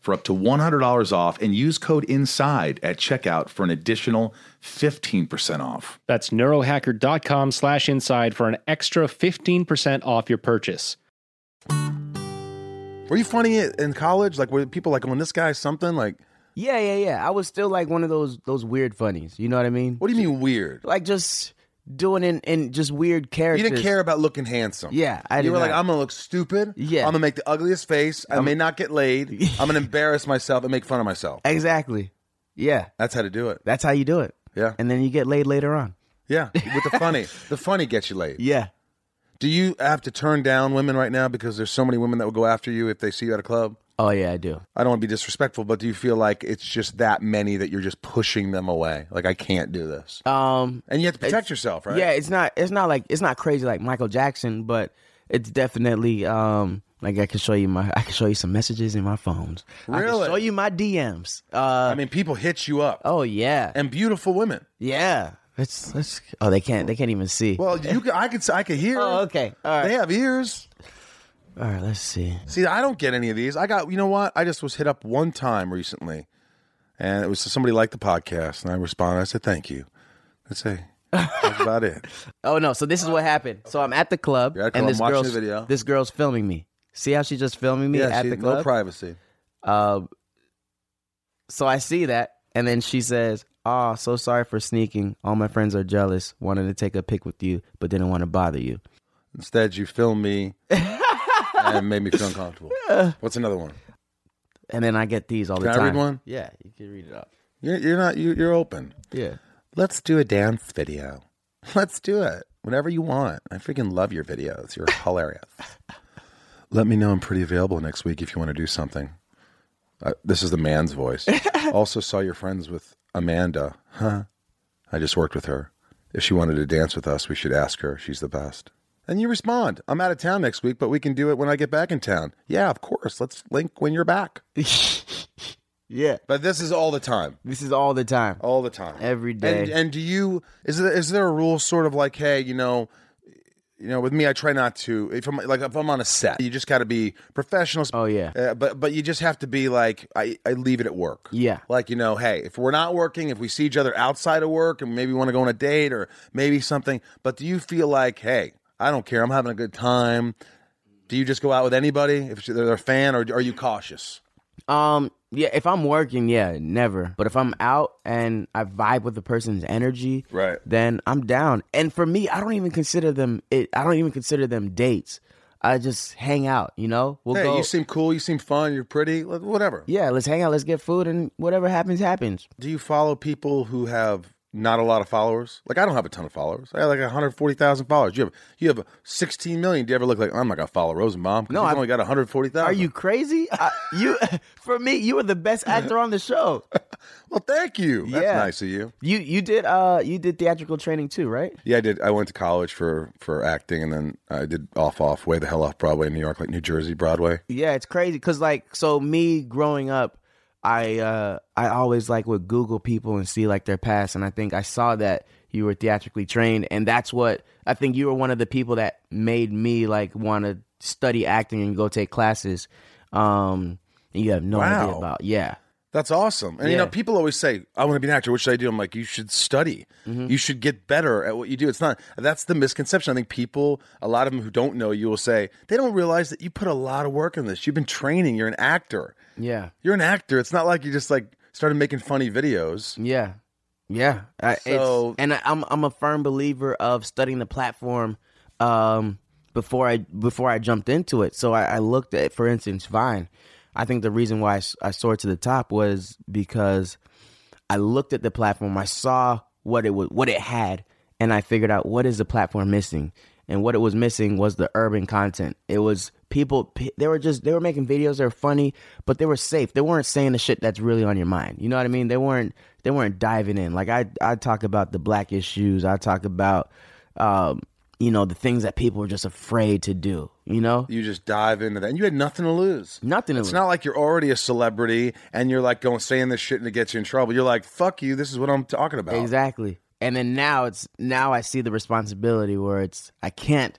Speaker 6: for up to $100 off and use code INSIDE at checkout for an additional 15% off.
Speaker 7: That's neurohacker.com slash inside for an extra 15% off your purchase.
Speaker 1: Were you finding it in college? Like, were people
Speaker 5: "Oh,
Speaker 1: like, on this guy something? Like,
Speaker 4: Yeah, yeah, yeah. I was still like one of those those weird funnies. You know what I mean?
Speaker 1: what do you mean weird?
Speaker 4: Like just doing in in just weird
Speaker 1: You
Speaker 4: characters.
Speaker 1: didn't care about looking handsome.
Speaker 4: Yeah, I
Speaker 1: you
Speaker 4: did
Speaker 1: were like,
Speaker 4: not.
Speaker 1: I'm gonna look stupid.
Speaker 4: Yeah.
Speaker 1: I'm gonna make the ugliest face. I may not get laid.
Speaker 4: <laughs>
Speaker 1: I'm gonna embarrass myself and make fun of myself.
Speaker 4: Exactly. Yeah,
Speaker 1: That's how to do it.
Speaker 4: that's how you do it.
Speaker 1: Yeah.
Speaker 4: And then you get laid later on.
Speaker 1: Yeah. With the funny, the funny gets you laid.
Speaker 4: Yeah.
Speaker 1: Do you have to turn down women right now because there's so many women that will go after you if they see you at a club?
Speaker 4: Oh yeah, I do.
Speaker 1: I don't want to be disrespectful, but do you feel like it's just that many that you're just pushing them away? Like I can't do this,
Speaker 4: Um.
Speaker 1: and you have to protect yourself, right?
Speaker 4: Yeah, it's not. It's not like it's not crazy like Michael Jackson, but it's definitely um. Like I can show you my. I can show you some messages in my phones. I
Speaker 1: Really?
Speaker 4: can show you my DMs. Uh.
Speaker 1: I mean, people hit you up,
Speaker 4: Oh yeah.
Speaker 1: and beautiful women.
Speaker 4: Yeah. Let's let's. Oh, they can't. They can't even see.
Speaker 1: Well,
Speaker 4: <laughs>
Speaker 1: you could, I could, I could hear.
Speaker 4: oh, okay. All
Speaker 1: They
Speaker 4: right.
Speaker 1: have ears.
Speaker 4: All right. Let's see.
Speaker 1: See, I don't get any of these. I got, you know what? I just was hit up one time recently, and it was somebody liked the podcast, and I responded. I said, "Thank you." That's it. That's about it.
Speaker 4: Oh no! So this is what happened. So I'm at the club,
Speaker 1: You're at the
Speaker 4: and
Speaker 1: club,
Speaker 4: this
Speaker 1: I'm watching
Speaker 4: girl's
Speaker 1: the video.
Speaker 4: this girl's filming me. See how she's just filming <laughs> me
Speaker 1: Yeah,
Speaker 4: at
Speaker 1: she-
Speaker 4: the
Speaker 1: no
Speaker 4: club.
Speaker 1: privacy.
Speaker 4: Um, so I see that, and then she says, "Oh, so sorry for sneaking. All my friends are jealous. Wanted to take a pic with you, but didn't want to bother you."
Speaker 1: Instead, you film
Speaker 4: <laughs>
Speaker 1: me and made me feel uncomfortable. What's another one?
Speaker 4: And then I get these all the
Speaker 1: Can I
Speaker 4: time.
Speaker 1: read one?
Speaker 4: Yeah, you can read it up.
Speaker 1: You're, you're not. you you're open.
Speaker 4: Yeah.
Speaker 1: Let's do a dance video. Let's do it whenever you want. I freaking love your videos. You're hilarious. Let me know I'm pretty available next week if you want to do something. Uh, this is the man's voice. also saw your friends with Amanda. Huh? I just worked with her. If she wanted to dance with us, we should ask her. She's the best. And you respond, I'm out of town next week, but we can do it when I get back in town. Yeah, of course. Let's link when you're back.
Speaker 4: <laughs> Yeah.
Speaker 1: But this is all the time
Speaker 4: This is all the time.
Speaker 1: all the time,
Speaker 4: Every day.
Speaker 1: And, and do you is there is there a rule sort of like, hey, you know, you know, with me, I try not to. If I'm like if I'm on a set, you just got to be professional.
Speaker 4: Oh, yeah.
Speaker 1: uh, but but you just have to be like, I I leave it at work.
Speaker 4: Yeah.
Speaker 1: like you know, hey, if we're not working, if we see each other outside of work, and maybe want to go on a date or maybe something. But do you feel like, hey, I don't care, I'm having a good time. Do you just go out with anybody if they're a fan, or are you cautious?
Speaker 4: Um, yeah, if I'm working, yeah, never. But if I'm out and I vibe with the person's energy,
Speaker 1: Right.
Speaker 4: then I'm down. And for me, I don't even consider them it I don't even consider them dates. I just hang out, you know? We'll
Speaker 1: Hey,
Speaker 4: go
Speaker 1: you seem cool. You seem fun. You're pretty. Whatever.
Speaker 4: Yeah, let's hang out, let's get food and whatever happens happens.
Speaker 1: Do you follow people who have not a lot of followers? Like I don't have a ton of followers. I have like 140,000 followers. You have you have 16 million. Do you ever look like I'm not gonna follow Rosenbaum?
Speaker 4: No,
Speaker 1: No, I've
Speaker 4: I-
Speaker 1: only got 140,000.
Speaker 4: Are you crazy? I, you <laughs> for me, you were the best actor on the show.
Speaker 1: Well, thank you. That's
Speaker 4: Yeah.
Speaker 1: nice of you.
Speaker 4: You you did uh you did theatrical training too, right?
Speaker 1: Yeah, I did. I went to college for for acting, and then I did off off way the hell off Broadway in New York, like New Jersey Broadway.
Speaker 4: Yeah, it's crazy because like so me growing up, I uh I always like would Google people and see like their past, and I think I saw that you were theatrically trained, and that's what I think you were one of the people that made me like want to study acting and go take classes. Um, and you have no idea
Speaker 1: Wow.
Speaker 4: about yeah.
Speaker 1: That's awesome. And you
Speaker 4: Yeah.
Speaker 1: know, people always say, "I want to be an actor. What should I do?" I'm like, "You should study.
Speaker 4: Mm-hmm.
Speaker 1: You should get better at what you do." It's not that's the misconception. I think people, a lot of them who don't know you, will say they don't realize that you put a lot of work in this. You've been training. You're an actor.
Speaker 4: Yeah,
Speaker 1: You're an actor. It's not like you just like started making funny videos.
Speaker 4: yeah. Yeah, I,
Speaker 1: So-
Speaker 4: it's, and I, I'm I'm a firm believer of studying the platform um, before I before I jumped into it. So I, I looked at, for instance, Vine. I think the reason why I, s- I soared to the top was because I looked at the platform. I saw what it was, what it had, and I figured out what is the platform missing. And what it was missing was the urban content. It was people. p- They were just they were making videos. They were funny, but they were safe. They weren't saying the shit that's really on your mind. You know what I mean? They weren't they weren't diving in. Like I I talk about the black issues. I talk about um you know the things that people are just afraid to do. You know
Speaker 1: You just dive into that, and you had nothing to lose.
Speaker 4: nothing. to
Speaker 1: It's
Speaker 4: lose.
Speaker 1: not like you're already a celebrity and you're like going saying this shit and it gets you in trouble. You're like, fuck you. This is what I'm talking about.
Speaker 4: Exactly. And then now it's now I see the responsibility where it's I can't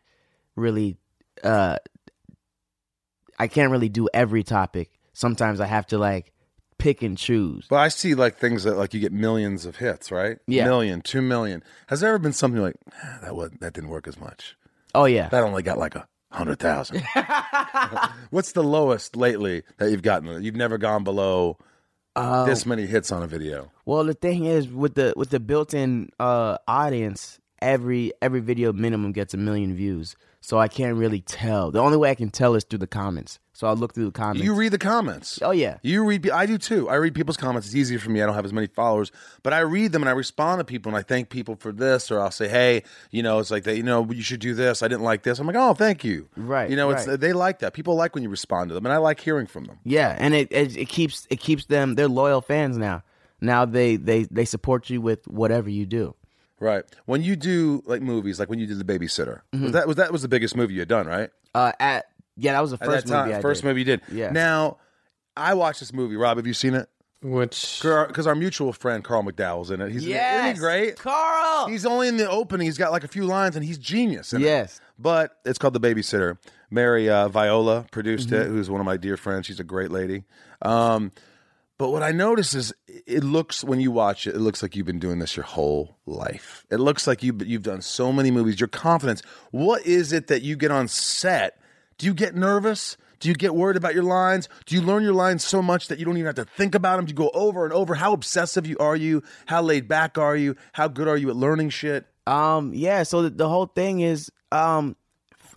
Speaker 4: really uh I can't really do every topic. Sometimes I have to like pick and choose.
Speaker 1: But I see like things that like you get millions of hits, right?
Speaker 4: Yeah.
Speaker 1: million, two million. Has there ever been something like "Ah, that? Was that didn't work as much?
Speaker 4: Oh yeah.
Speaker 1: That only got like a hundred thousand. <laughs> What's the lowest lately that you've gotten? You've never gone below
Speaker 4: Uh,
Speaker 1: this many hits on a video.
Speaker 4: well the thing is with the with the built-in uh audience, every every video minimum gets a million views. So I can't really tell. The only way I can tell is through the comments. So I'll look through the comments.
Speaker 1: You read the comments.
Speaker 4: oh yeah.
Speaker 1: You read, I do too. I read people's comments. It's easier for me. I don't have as many followers, but I read them and I respond to people and I thank people for this, or I'll say, hey, you know, it's like that, you know, you should do this. I didn't like this. I'm like, oh, thank you.
Speaker 4: Right,
Speaker 1: You know, it's
Speaker 4: right.
Speaker 1: they like that. People like when you respond to them, and I like hearing from them.
Speaker 4: Yeah, and it, it it keeps it keeps them they're loyal fans now. Now they they they support you with whatever you do.
Speaker 1: Right. When you do like movies, like when you did The Babysitter,
Speaker 4: Mm-hmm.
Speaker 1: was that was that was the biggest movie you had done, right?
Speaker 4: Uh, at yeah, that was the
Speaker 1: At
Speaker 4: first
Speaker 1: that time,
Speaker 4: movie. I
Speaker 1: first
Speaker 4: did.
Speaker 1: movie you did.
Speaker 4: Yeah.
Speaker 1: Now, I watched this movie. Rob, have you seen it?
Speaker 2: Which
Speaker 1: Because our mutual friend Carl McDowell's in it. He's
Speaker 4: Yes,
Speaker 1: isn't he great.
Speaker 4: Carl.
Speaker 1: He's only in the opening. He's got like a few lines, and he's genius. in it.
Speaker 4: yes,
Speaker 1: but it's called The Babysitter. Mary uh, Viola produced it, who's one of my dear friends. She's a great lady. Um, but what I notice is, it looks when you watch it, it looks like you've been doing this your whole life. It looks like you you've done so many movies. Your confidence. What is it that you get on set? Do you get nervous? Do you get worried about your lines? Do you learn your lines so much that you don't even have to think about them? Do you go over and over? How obsessive you are you? How laid back are you? How good are you at learning shit?
Speaker 4: um, yeah. So the, the whole thing is, um,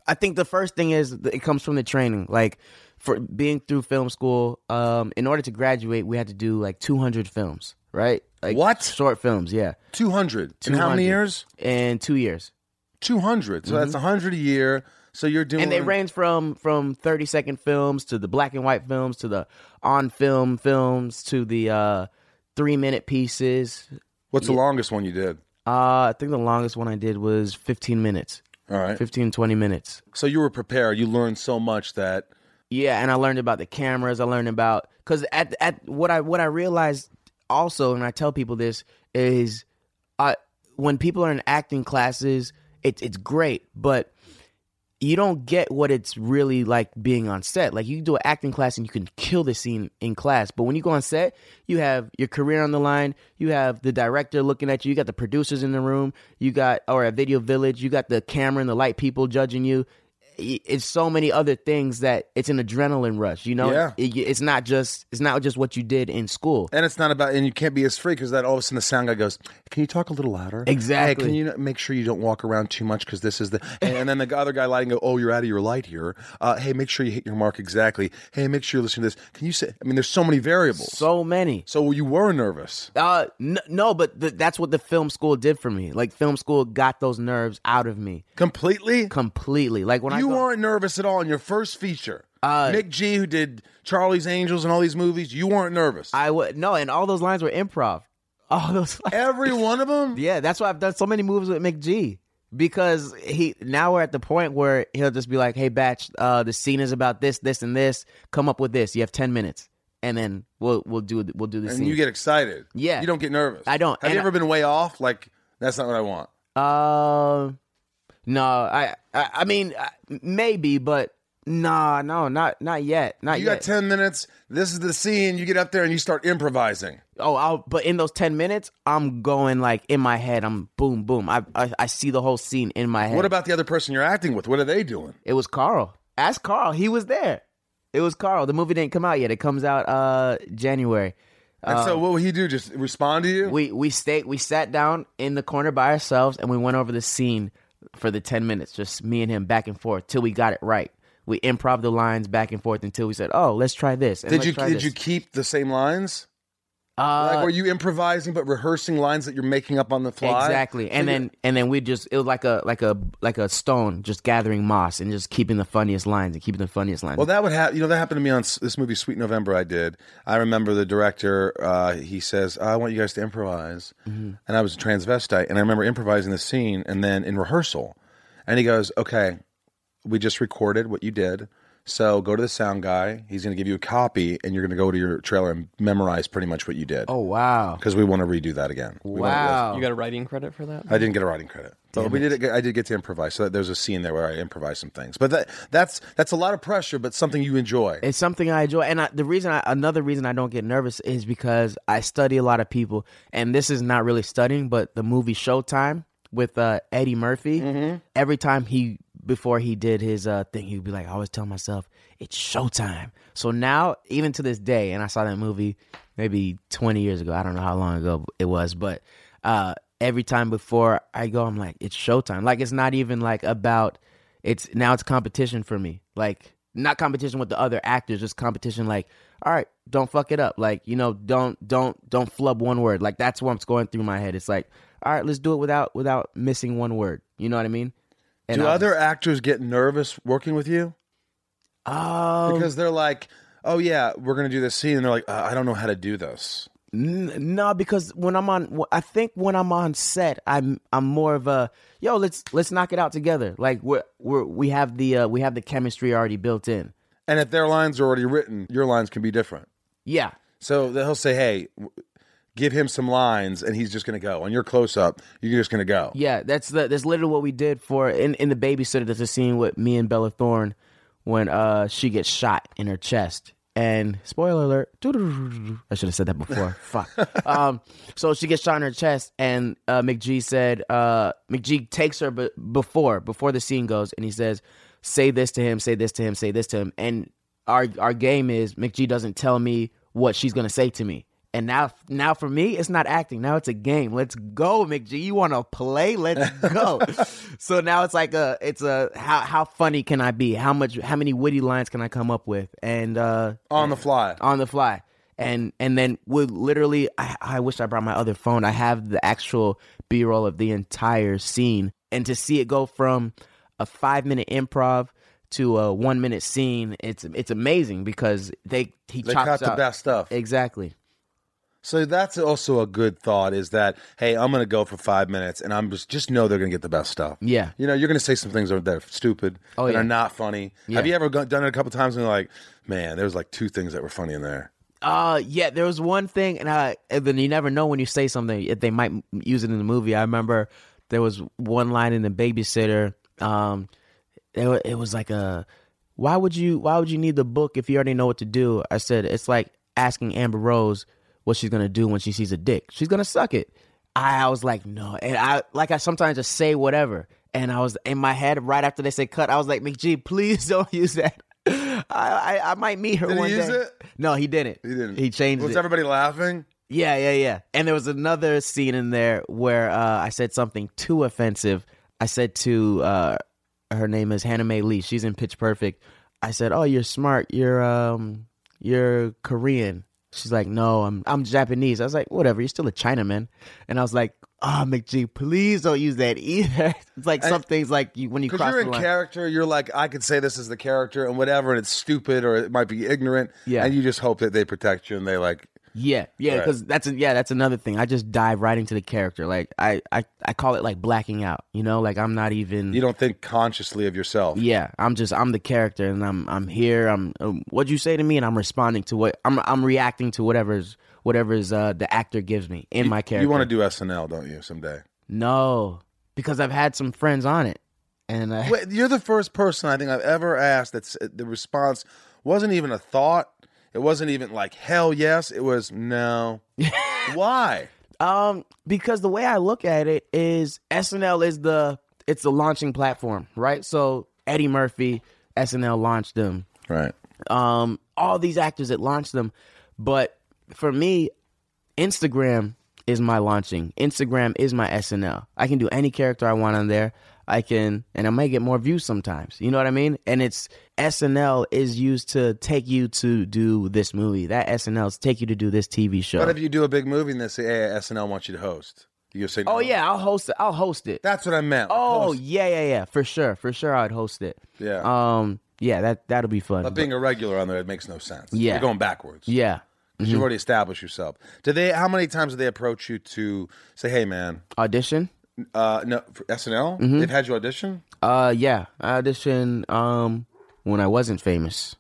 Speaker 4: I think the first thing is that it comes from the training, like for being through film school. Um, in order to graduate, we had to do like two hundred films, right? Like
Speaker 1: What?
Speaker 4: short films? Yeah,
Speaker 1: Two hundred. In how many
Speaker 4: 200.
Speaker 1: years?
Speaker 4: in two years.
Speaker 1: Two hundred. So that's a hundred a year. So you're doing
Speaker 4: Mm-hmm. and they range from from 30 second films to the black and white films to the on film films to the uh three minute pieces
Speaker 1: What's the longest one you did?
Speaker 4: uh i think the longest one i did was 15 minutes
Speaker 1: All right.
Speaker 4: 15 20 minutes
Speaker 1: So you were prepared. You learned so much that
Speaker 4: yeah and i learned about the cameras i learned about because at at what i what i realized also and i tell people this is uh when people are in acting classes it's it's great but you don't get what it's really like being on set. Like you do an acting class and you can kill the scene in class, but when you go on set, you have your career on the line. You have the director looking at you. You got the producers in the room. You got or a video village. You got the camera and the light people judging you. I- It's so many other things that it's an adrenaline rush. You know,
Speaker 1: Yeah.
Speaker 4: It- it's not just it's not just what you did in school.
Speaker 1: and it's not about and you can't be as free because that all of a sudden the sound guy goes, "Can you talk a little louder?" Hey,
Speaker 4: Exactly.
Speaker 1: can you not- make sure you don't walk around too much because this is the <laughs> and, and then the other guy lighting go, "Oh, you're out of your light here." Uh, hey, make sure you hit your mark exactly. Hey, make sure you listen to this. Can you say? I mean, there's so many variables.
Speaker 4: So many.
Speaker 1: so you were nervous.
Speaker 4: Uh, n- no, but th- that's what the film school did for me. Like film school got those nerves out of me
Speaker 1: Completely.
Speaker 4: completely. Like when I
Speaker 1: you
Speaker 4: go- Uh,
Speaker 1: weren't nervous at all in your first feature. Nick G, who did Charlie's Angels and all these movies, you weren't nervous.
Speaker 4: I would no, and all those lines were improv. <laughs> All those lines.
Speaker 1: Every
Speaker 4: <laughs>
Speaker 1: one of them.
Speaker 4: Yeah, that's why I've done so many movies with McG because he now we're at the point where he'll just be like, "Hey, batch, uh, the scene is about this, this, and this. Come up with this. You have ten minutes, and then we'll we'll do we'll do the
Speaker 1: and
Speaker 4: scene."
Speaker 1: you get excited.
Speaker 4: Yeah.
Speaker 1: you don't get nervous.
Speaker 4: I don't.
Speaker 1: Have you
Speaker 4: And
Speaker 1: ever
Speaker 4: I-
Speaker 1: been way off? Like that's not what I want.
Speaker 4: Um, no, I, I, I mean, I- maybe, but nah, no, not, not yet, not
Speaker 1: You
Speaker 4: yet.
Speaker 1: got ten minutes. This is the scene. You get up there and you start improvising.
Speaker 4: oh, I'll, but in those ten minutes, I'm going like in my head. I'm boom, boom. I, I, I see the whole scene in my head.
Speaker 1: What about the other person you're acting with? What are they doing?
Speaker 4: It was Carl. Ask Carl. He was there. It was Carl. The movie didn't come out yet. It comes out uh January.
Speaker 1: And so what would he do? Just respond to you?
Speaker 4: we we stayed we sat down in the corner by ourselves and we went over the scene for the 10 minutes just me and him back and forth till we got it right we improv the lines back and forth until we said oh let's try this and
Speaker 1: did
Speaker 4: let's
Speaker 1: you
Speaker 4: try
Speaker 1: did
Speaker 4: this.
Speaker 1: you keep the same lines?
Speaker 4: uh,
Speaker 1: Like were you improvising but rehearsing lines that you're making up on the fly?
Speaker 4: exactly and
Speaker 1: So
Speaker 4: then and then we just it was like a like a like a stone just gathering moss and just keeping the funniest lines and keeping the funniest lines
Speaker 1: Well, that would happen. You know, that happened to me on s- this movie, Sweet November. I did. I remember the director. Uh, he says, "I want you guys to improvise,"
Speaker 4: Mm-hmm.
Speaker 1: and I was a transvestite, and I remember improvising the scene, and then in rehearsal, and he goes, "Okay, we just recorded what you did." So go to the sound guy. He's going to give you a copy, and you're going to go to your trailer and memorize pretty much what you did.
Speaker 4: oh wow
Speaker 1: because we want to redo that again. We wanna-
Speaker 4: wow
Speaker 2: You got a writing credit for that?
Speaker 1: I didn't get a writing credit, but we did. I did get to improvise. So there's a scene there where I improvised some things. But that that's that's a lot of pressure, but something you enjoy.
Speaker 4: It's something I enjoy, and I, the reason I, another reason I don't get nervous is because I study a lot of people, and this is not really studying, but the movie Showtime with uh, Eddie Murphy. Every time he before he did his uh, thing, he'd be like, "I always tell myself it's Showtime." So now, even to this day, and I saw that movie maybe twenty years ago. I don't know how long ago it was, but uh, every time before I go, I'm like, "It's Showtime." Like it's not even like about it's now it's competition for me. Like not competition with the other actors, just competition like, all right, don't fuck it up. Like, you know, don't don't don't flub one word. Like that's what's going through my head. It's like, all right, let's do it without without missing one word. You know what I mean? And
Speaker 1: Do
Speaker 4: I'll
Speaker 1: other actors get nervous working with you
Speaker 4: just- um,
Speaker 1: because they're like, "Oh yeah, we're gonna do this scene," and they're like, uh, "I don't know how to do this."
Speaker 4: N- no, because when I'm on, wh- I think when I'm on set, I'm I'm more of a yo. Let's let's knock it out together. Like we're we're we have the uh, we have the chemistry already built in.
Speaker 1: And if their lines are already written, your lines can be different.
Speaker 4: Yeah,
Speaker 1: So he'll say, "Hey, w- give him some lines," and he's just gonna go. On your close up, you're just gonna go.
Speaker 4: Yeah, that's the that's literally what we did for in in the babysitter. There's a scene with me and Bella Thorne when uh she gets shot in her chest. And spoiler alert, <laughs> I should have said that before. Fuck. Um, so she gets shot in her chest, and uh, McGee said, uh, McGee takes her b- before before the scene goes, and he says, "Say this to him, say this to him, say this to him." And our our game is McGee doesn't tell me what she's gonna say to me. And now, now for me, it's not acting. Now it's a game. Let's go, McG. You want to play? Let's
Speaker 1: <laughs>
Speaker 4: go. so now it's like a, it's a how how funny can I be? How much? How many witty lines can I come up with? And uh,
Speaker 1: On the fly.
Speaker 4: on the fly. And and then would literally, I, I wish I brought my other phone. I have the actual B roll of the entire scene, and to see it go from a five minute improv to a one minute scene, it's it's amazing because they he
Speaker 1: They
Speaker 4: chops
Speaker 1: caught the
Speaker 4: out-
Speaker 1: best stuff.
Speaker 4: Exactly.
Speaker 1: So that's also a good thought is that, hey, I'm going to go for five minutes and I'm just, just know they're going to get the best stuff.
Speaker 4: Yeah.
Speaker 1: You know, you're going to say some things that are stupid,
Speaker 4: Oh,
Speaker 1: that
Speaker 4: yeah.
Speaker 1: are not funny.
Speaker 4: Yeah.
Speaker 1: Have you ever go- done it a couple times and you're like, man, there was like two things that were funny in there?
Speaker 4: Uh, yeah, there was one thing, and I, and then you never know when you say something, if they might m- use it in the movie. I remember there was one line in the babysitter. Um, it, wa- it was like a, why would you, why would you need the book if you already know what to do? I said it's like asking Amber Rose what she's gonna do when she sees a dick. She's gonna suck it. I, I was like, no, and I like I sometimes just say whatever, and I was in my head right after they said cut. I was like, McGee, please <laughs> don't use that. I, I I might meet her
Speaker 1: Did he
Speaker 4: one
Speaker 1: use
Speaker 4: day.
Speaker 1: it?
Speaker 4: No, he didn't.
Speaker 1: He didn't.
Speaker 4: He changed
Speaker 1: Was
Speaker 4: it.
Speaker 1: everybody laughing?
Speaker 4: yeah, yeah, yeah. And there was another scene in there where uh, I said something too offensive. I said to uh, her name is Hannah Mae Lee. She's in Pitch Perfect. I said, "Oh, you're smart. You're um, you're Korean." She's like, "No, I'm I'm Japanese." I was like, "Whatever. You're still a Chinaman." And I was like, "Oh, McGee, please don't use that either." <laughs> it's like some things like you, when you
Speaker 1: Because
Speaker 4: cross
Speaker 1: you're
Speaker 4: the
Speaker 1: in
Speaker 4: line.
Speaker 1: character, you're like, I could say this is the character and whatever, and it's stupid or it might be ignorant.
Speaker 4: Yeah.
Speaker 1: And you just hope that they protect you and they like,
Speaker 4: Yeah, yeah,
Speaker 1: Right.
Speaker 4: because that's a, yeah, that's another thing. I just dive right into the character. Like I, I, I call it like blacking out. You know, like I'm not even.
Speaker 1: you don't think consciously of yourself.
Speaker 4: Mm. yeah, I'm just I'm the character, and I'm I'm here. I'm um, what'd you say to me, and I'm responding to what I'm I'm reacting to whatever's whatever's uh, the actor gives me in my character.
Speaker 1: You want to do SNL, don't you, someday?
Speaker 4: no, because I've had some friends on it, and uh, I,
Speaker 1: Wait, you're the first person I think I've ever asked that's uh, the response wasn't even a thought. It wasn't even like hell yes. It was
Speaker 4: <laughs>
Speaker 1: no. Why?
Speaker 4: <laughs> Um, because the way I look at it is SNL is the it's the launching platform, right? So Eddie Murphy, SNL launched them.
Speaker 1: Right.
Speaker 4: um, all these actors that launched them. But for me, Instagram is my launching. Instagram is my SNL. I can do any character I want on there. I can, and I might get more views sometimes. You know what I mean? And it's SNL is used to take you to do this movie. That SNL is take you to do this TV show.
Speaker 1: What if you do a big movie and they say, "Hey, SNL wants you to host"? You gonna say, no?
Speaker 4: oh yeah, I'll host it. I'll host it.
Speaker 1: that's what I meant." like,
Speaker 4: oh
Speaker 1: host.
Speaker 4: yeah, yeah, yeah, for sure, for sure. I'd host it.
Speaker 1: yeah.
Speaker 4: Um, yeah, that that'll be fun.
Speaker 1: but being a regular on there, it makes no sense.
Speaker 4: Yeah.
Speaker 1: you're going backwards.
Speaker 4: yeah.
Speaker 1: 'Cause you've already established yourself. Do they? How many times do they approach you to say, "Hey, man,
Speaker 4: Audition.
Speaker 1: uh, no for SNL"? They've had you audition.
Speaker 4: Uh, yeah, I auditioned um when I wasn't famous.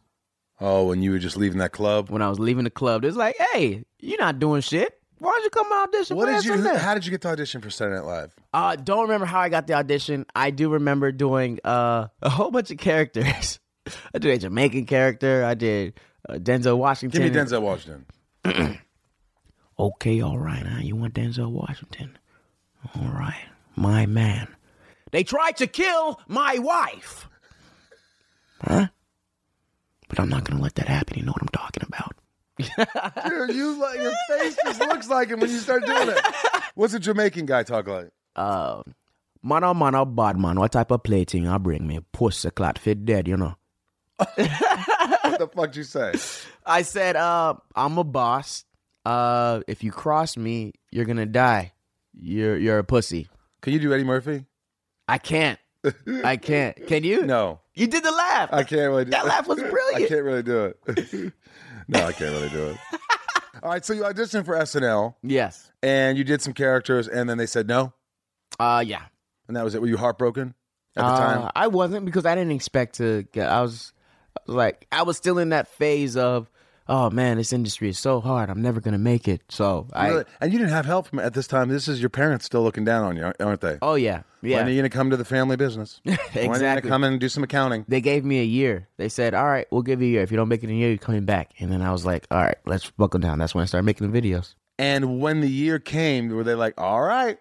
Speaker 1: Oh, and you were just leaving that club.
Speaker 4: When I was leaving the club, it was like, hey, you're not doing shit. Why don't you come and audition?
Speaker 1: What
Speaker 4: for
Speaker 1: did you?
Speaker 4: SNL?
Speaker 1: How did you get to audition for Saturday Night Live?
Speaker 4: Uh, don't remember how I got the audition. I do remember doing uh, a whole bunch of characters. <laughs> I did a Jamaican character. I did uh, Denzel Washington.
Speaker 1: Give me Denzel Washington.
Speaker 4: Okay, all right. Huh? You want Denzel Washington? All right, my man. They tried to kill my wife. Huh? But I'm not gonna let that happen. You know what I'm talking about.
Speaker 1: <laughs> Dude, you like your face just looks like him when you start doing it. <laughs> What's a Jamaican guy talk like?
Speaker 4: Uh, mano, mano, bad man. What type of plating I bring me? Pussy clot, fit dead. You know.
Speaker 1: What the fuck you say?
Speaker 4: I said, uh, I'm a boss. Uh, if you cross me, you're gonna die. You're you're a pussy.
Speaker 1: Can you do Eddie Murphy?
Speaker 4: I can't. I can't. Can you?
Speaker 1: No,
Speaker 4: You did the laugh.
Speaker 1: I can't really. Do
Speaker 4: That laugh was
Speaker 1: <laughs> I
Speaker 4: brilliant.
Speaker 1: can't really do it. <laughs> no, I can't really do it. <laughs> All right, so you auditioned for SNL
Speaker 4: Yes.
Speaker 1: and you did some characters, and then they said no,
Speaker 4: Uh, yeah.
Speaker 1: and that was it. Were you heartbroken at the time?
Speaker 4: Uh, I wasn't because I didn't expect to get. I was like, I was still in that phase of, oh man, this industry is so hard. I'm never gonna make it. So I.
Speaker 1: Really? And you didn't have help from at this time. This is your parents still looking down on you, aren't they?
Speaker 4: Oh yeah,
Speaker 1: When
Speaker 4: yeah.
Speaker 1: are you gonna come to the family business? When are you gonna
Speaker 4: Exactly.
Speaker 1: come in and do some accounting?
Speaker 4: they gave me a year. They said, "All right, we'll give you a year. If you don't make it in a year, you're coming back." And then I was like, "All right, let's buckle down." That's when I started making the videos.
Speaker 1: And when the year came, were they like, "All right,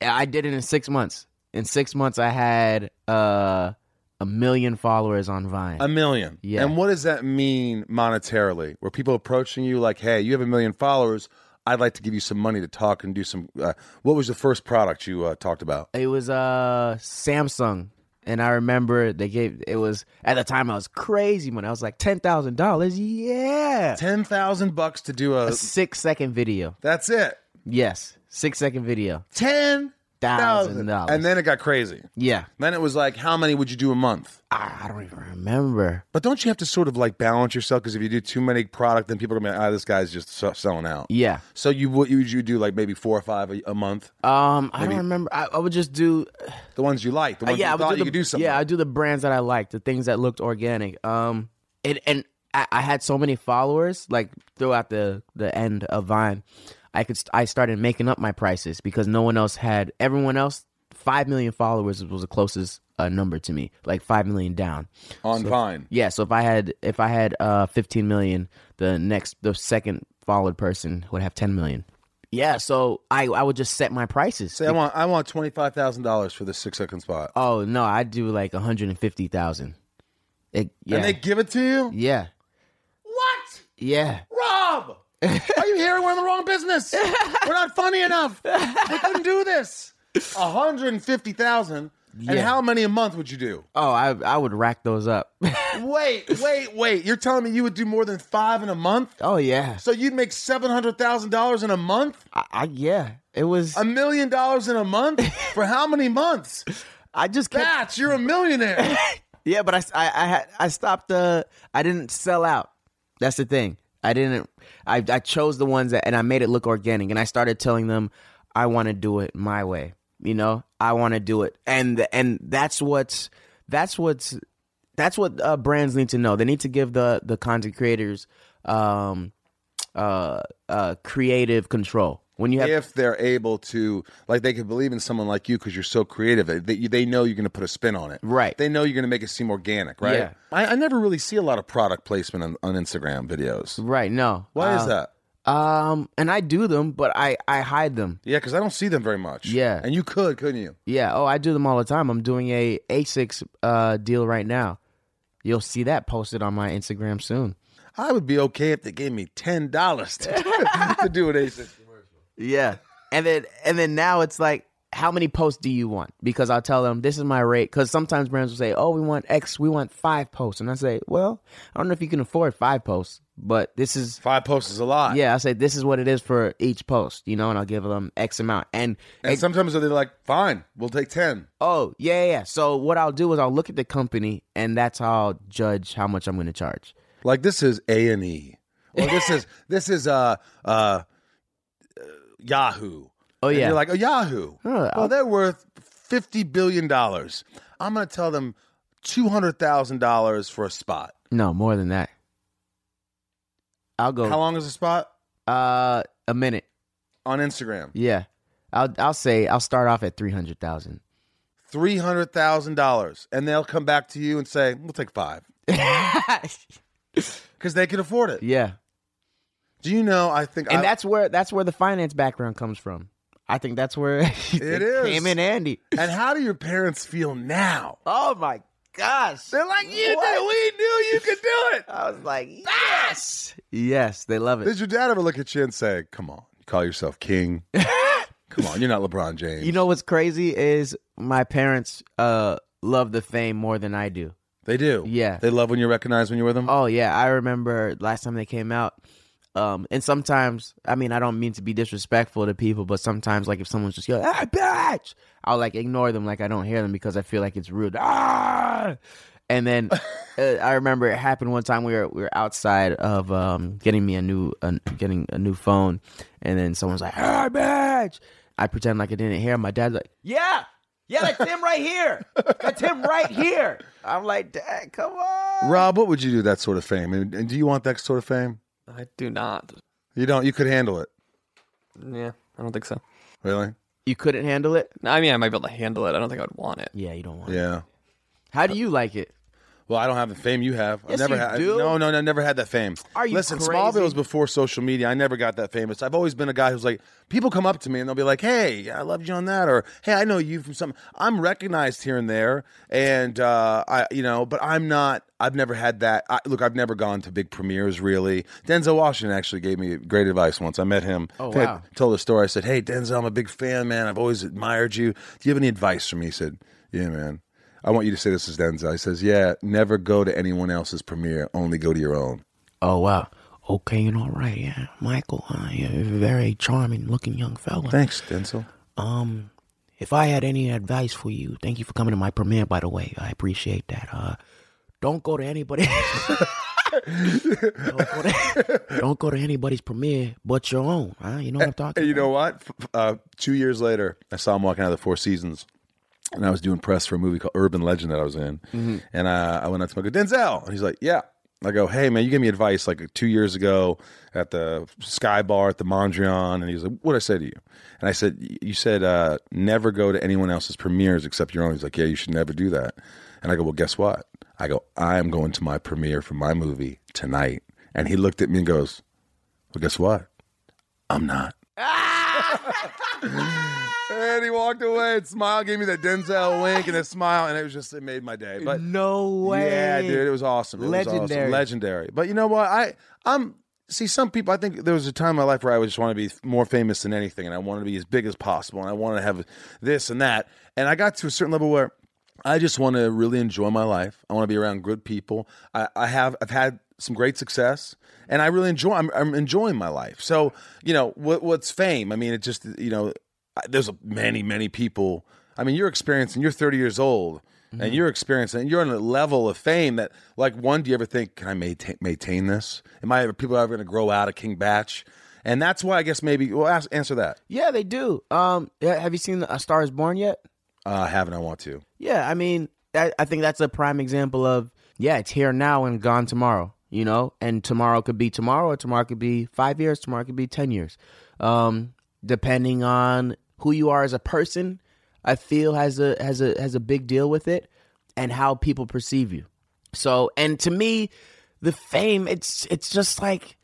Speaker 4: And I did it in six months. In six months, I had uh, a million followers on Vine.
Speaker 1: a million?
Speaker 4: Yeah.
Speaker 1: And what does that mean monetarily? Were people approaching you like, "Hey, you have a million followers. I'd like to give you some money to talk and do some." Uh, what was the first product you uh, talked about?
Speaker 4: It was uh Samsung. And I remember they gave it was at the time I was crazy when I was like ten thousand dollars. Yeah.
Speaker 1: Ten thousand bucks to do a.
Speaker 4: A six second video.
Speaker 1: That's it.
Speaker 4: Yes. Six second video.
Speaker 1: Ten
Speaker 4: Thousand
Speaker 1: thousand
Speaker 4: dollars.
Speaker 1: And then it got crazy.
Speaker 4: Yeah.
Speaker 1: Then it was like, how many would you do a month?
Speaker 4: I, I don't even remember.
Speaker 1: But don't you have to sort of like balance yourself? Because if you do too many product, then people are gonna be like, ah, this guy's just se- selling out.
Speaker 4: Yeah.
Speaker 1: So you would you, you do like maybe four or five a, a month?
Speaker 4: Um I don't remember. I, I would just do
Speaker 1: The ones you like, the
Speaker 4: Uh,
Speaker 1: ones
Speaker 4: yeah,
Speaker 1: you
Speaker 4: I would
Speaker 1: thought
Speaker 4: do
Speaker 1: you
Speaker 4: the,
Speaker 1: could do something.
Speaker 4: Yeah, I do the brands that I like, the things that looked organic. Um, it and I, I had so many followers like throughout the the end of Vine, I could st- I started making up my prices because no one else had everyone else five million followers was the closest uh, number to me, like five million down.
Speaker 1: on Vine.
Speaker 4: Yeah, so if I had if I had uh 15 million, the next the second followed person would have 10 million. Yeah, so I I would just set my prices.
Speaker 1: Say I want I want twenty five thousand dollars for this six second spot,
Speaker 4: Oh no, I do like one hundred and fifty thousand. It, yeah,
Speaker 1: and they give it to you.
Speaker 4: yeah,
Speaker 1: What,
Speaker 4: yeah.
Speaker 1: Rob? <laughs> Are you hearing we're in the wrong <laughs> business? We're not funny enough. We couldn't do this. One hundred and fifty thousand. And
Speaker 4: Yeah.
Speaker 1: how many a month would you do?
Speaker 4: Oh, I I would rack those up. <laughs>
Speaker 1: Wait, wait, wait. You're telling me you would do more than five in a month?
Speaker 4: oh yeah,
Speaker 1: So you'd make seven hundred thousand dollars in a month?
Speaker 4: I, I yeah. It was
Speaker 1: A million dollars in a <laughs> month? For how many months?
Speaker 4: I just kept
Speaker 1: That's you're a millionaire.
Speaker 4: yeah, but I s- I I, had, I stopped the I didn't sell out. That's the thing. I didn't. I I chose the ones that and I made it look organic and I started telling them I want to do it my way. You know, I want to do it and and that's what's that's what's that's what uh, brands need to know. They need to give the the content creators um uh uh creative control. When you
Speaker 1: <laughs>
Speaker 4: have
Speaker 1: if they're able to, like, they could believe in someone like you because you're so creative. They, they, they know you're going to put a spin on it.
Speaker 4: Right.
Speaker 1: They know you're going to make it seem organic, right?
Speaker 4: Yeah.
Speaker 1: I, I never really see a lot of product placement on, on Instagram videos.
Speaker 4: right no
Speaker 1: Why is
Speaker 4: Uh,
Speaker 1: that?
Speaker 4: um and I do them but I I hide them
Speaker 1: Yeah, because I don't see them very much.
Speaker 4: Yeah.
Speaker 1: And you could, couldn't you?
Speaker 4: Yeah. Oh, I do them all the time. I'm doing a Asics uh, deal right now. You'll see that posted on my Instagram soon.
Speaker 1: I would be okay if they gave me $10 <laughs> to, to do an ASIC. commercial.
Speaker 4: Yeah. And then and then now it's like, how many posts do you want? Because I'll tell them this is my rate. Because sometimes brands will say, oh, we want X, we want five posts, and I say, well, I don't know if you can afford five posts, but this is.
Speaker 1: Five posts is a lot.
Speaker 4: Yeah, I say this is what it is for each post, you know, and I'll give them X amount. And,
Speaker 1: And sometimes they're like, fine, we'll take 10.
Speaker 4: oh yeah, yeah, yeah. So what I'll do is I'll look at the company, and that's how I'll judge how much I'm going to charge.
Speaker 1: Like this is A and E, or this
Speaker 4: <laughs>
Speaker 1: is this is uh, uh uh Yahoo.
Speaker 4: Oh
Speaker 1: And
Speaker 4: yeah,
Speaker 1: you're like oh Yahoo.
Speaker 4: Huh,
Speaker 1: well, they're worth fifty billion dollars. I'm gonna tell them two hundred thousand dollars for a spot.
Speaker 4: no more than that. I'll go
Speaker 1: How long is a spot
Speaker 4: uh a minute.
Speaker 1: on Instagram?
Speaker 4: Yeah. I'll I'll say I'll start off at <laughs> 300,000.
Speaker 1: Three hundred thousand dollars, and they'll come back to you and say, "We'll take five because they can afford it."
Speaker 4: yeah.
Speaker 1: Do you know? I think,
Speaker 4: And
Speaker 1: I-
Speaker 4: that's where that's where the finance background comes from. I think that's where <laughs> it,
Speaker 1: is.
Speaker 4: came in handy.
Speaker 1: and how do your parents feel now?
Speaker 4: Oh my gosh.
Speaker 1: They're like, "You, did, we knew you could do it."
Speaker 4: I was like, "Yes." Yes, they love it.
Speaker 1: Did your dad ever look at you and say, "Come on, you call yourself
Speaker 4: <laughs>
Speaker 1: king"? Come on, you're not LeBron James.
Speaker 4: You know what's crazy is my parents uh love the fame more than I do.
Speaker 1: they do.
Speaker 4: Yeah.
Speaker 1: they love when you're recognized when you're with them.
Speaker 4: Oh yeah, I remember last time they came out. Um, and sometimes, I mean, I don't mean to be disrespectful to people, but sometimes, like if someone's just yelling, "Ah, bitch," I'll like ignore them, like I don't hear them because I feel like it's rude. Ah! And then uh, I remember it happened one time we were we were outside of um, getting me a new uh, getting a new phone, and then someone's like, "Ah, bitch!" I pretend like I didn't hear. him. My dad's like, "Yeah, yeah, that's him right here. That's him right here." I'm like, "Dad, come on."
Speaker 1: Rob, what would you do with that sort of fame? And, and do you want that sort of fame?
Speaker 2: I do not.
Speaker 1: You don't. You could handle it,
Speaker 2: Yeah, I don't think so.
Speaker 1: really.
Speaker 4: You couldn't handle it?
Speaker 2: No, I mean, I might be able to handle it. I don't think I would want it.
Speaker 4: Yeah, you don't want it.
Speaker 1: Yeah.
Speaker 4: How do you like it?
Speaker 1: Well, I don't have the fame you have.
Speaker 4: Yes,
Speaker 1: I never
Speaker 4: you
Speaker 1: had.
Speaker 4: do.
Speaker 1: No, no, no, never had that fame.
Speaker 4: Are you
Speaker 1: Listen,
Speaker 4: crazy?
Speaker 1: Smallville was before social media. I never got that famous. I've always been a guy who's like, people come up to me and they'll be like, "Hey, I loved you on that," or "Hey, I know you from something." I'm recognized here and there, and uh, I, you know, but I'm not. I've never had that. I, look, I've never gone to big premieres really. Denzel Washington actually gave me great advice once. I met him.
Speaker 4: Oh,
Speaker 1: I
Speaker 4: wow.
Speaker 1: told the story. I said, "Hey, Denzel, I'm a big fan, man. I've always admired you. Do you have any advice for me?" He said, "Yeah, man." I want you to say this is Denzel. He says, "Yeah, never go to anyone else's premiere. Only go to your own."
Speaker 4: Oh wow. Okay, and all right, yeah. Michael, uh, you're a very charming looking young fella.
Speaker 1: Thanks, Denzel.
Speaker 4: Um if I had any advice for you, thank you for coming to my premiere by the way. I appreciate that. Uh don't go to anybody <laughs> don't, go to, don't go to anybody's premiere but your own. Huh? You know what I'm talking
Speaker 1: And <laughs> you
Speaker 4: about?
Speaker 1: know what? F- f- Uh, two years later, I saw him walking out of the Four Seasons, and I was doing press for a movie called Urban Legend that I was in.
Speaker 4: Mm-hmm.
Speaker 1: And uh, I went up to him, I go, Denzel. And he's like, Yeah. I go, Hey, man, you gave me advice like two years ago at the Sky Bar at the Mondrian. And he's like, What'd I say to you? And I said, "Y- You said, uh, never go to anyone else's premieres except your own. He's like, Yeah, you should never do that. And I go, Well, guess what? I go, I am going to my premiere for my movie tonight. And he looked at me and goes, Well, guess what? I'm not. <laughs> And he walked away and smiled, gave me that Denzel wink and a smile, and it was just it made my day. But
Speaker 4: no way.
Speaker 1: yeah, dude, it was awesome. It was
Speaker 4: Legendary.
Speaker 1: awesome. legendary. But you know what? I I'm see some people. I think there was a time in my life where I just wanted to be more famous than anything, and I wanted to be as big as possible, and I wanted to have this and that. And I got to a certain level where I just want to really enjoy my life. I want to be around good people. I, I have I've had some great success, and I really enjoy. I'm, I'm enjoying my life. So you know what, what's fame? I mean, it just you know I- there's a- many many people. I mean, you're experiencing. You're 30 years old, and you're experiencing. You're on a level of fame that, like, one. Do you ever think, can I maintain, maintain this? Am I are people ever going to grow out of King Batch? And that's why I guess maybe. Well, ask, answer that.
Speaker 4: Yeah, they do. Um yeah, have you seen A Star is Born yet?
Speaker 1: Uh, I haven't. I want to.
Speaker 4: Yeah, I mean, I, I think that's a prime example of yeah, it's here now and gone tomorrow. You know, and tomorrow could be tomorrow, or tomorrow could be five years, tomorrow could be ten years, um, depending on who you are as a person. I feel has a has a has a big deal with it, and how people perceive you. So, and to me, the fame it's it's just like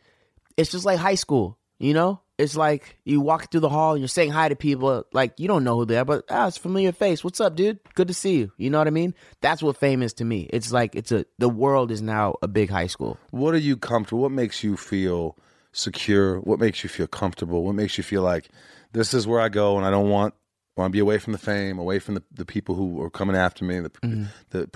Speaker 4: it's just like high school, you know? It's like you walk through the hall and you're saying hi to people, like you don't know who they are, but ah, it's a familiar face. What's up, dude? Good to see you. You know what I mean? That's what fame is to me. It's like it's a the world is now a big high school.
Speaker 1: What are you comfortable? What makes you feel secure? What makes you feel comfortable? What makes you feel like this is where I go and I don't want I want to be away from the fame, away from the, the people who are coming after me, the, the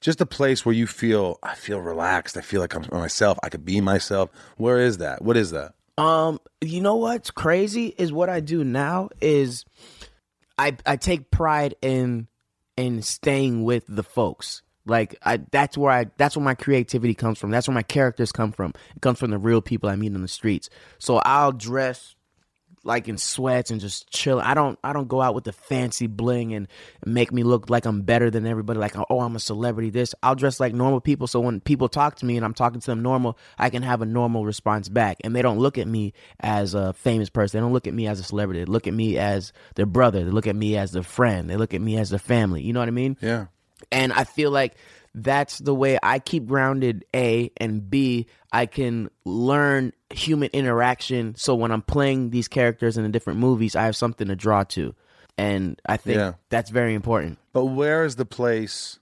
Speaker 1: just a place where you feel I feel relaxed. I feel like I'm myself. I could be myself. Where is that? What is that?
Speaker 4: Um, you know what's crazy is what I do now is I I take pride in in staying with the folks. Like I that's where I that's where my creativity comes from. That's where my characters come from. It comes from the real people I meet on the streets. So I'll dress like in sweats and just chill. I don't I don't go out with the fancy bling and make me look like I'm better than everybody. Like oh I'm a celebrity. This I'll dress like normal people. So when people talk to me and I'm talking to them normal, I can have a normal response back, and they don't look at me as a famous person. They don't look at me as a celebrity. They look at me as their brother. They look at me as their friend. They look at me as their family. You know what I mean?
Speaker 1: Yeah.
Speaker 4: And I feel like that's the way I keep grounded, A, and B, I can learn human interaction. So when I'm playing these characters in the different movies, I have something to draw to. And I think
Speaker 1: Yeah.
Speaker 4: that's very important.
Speaker 1: But where is the place?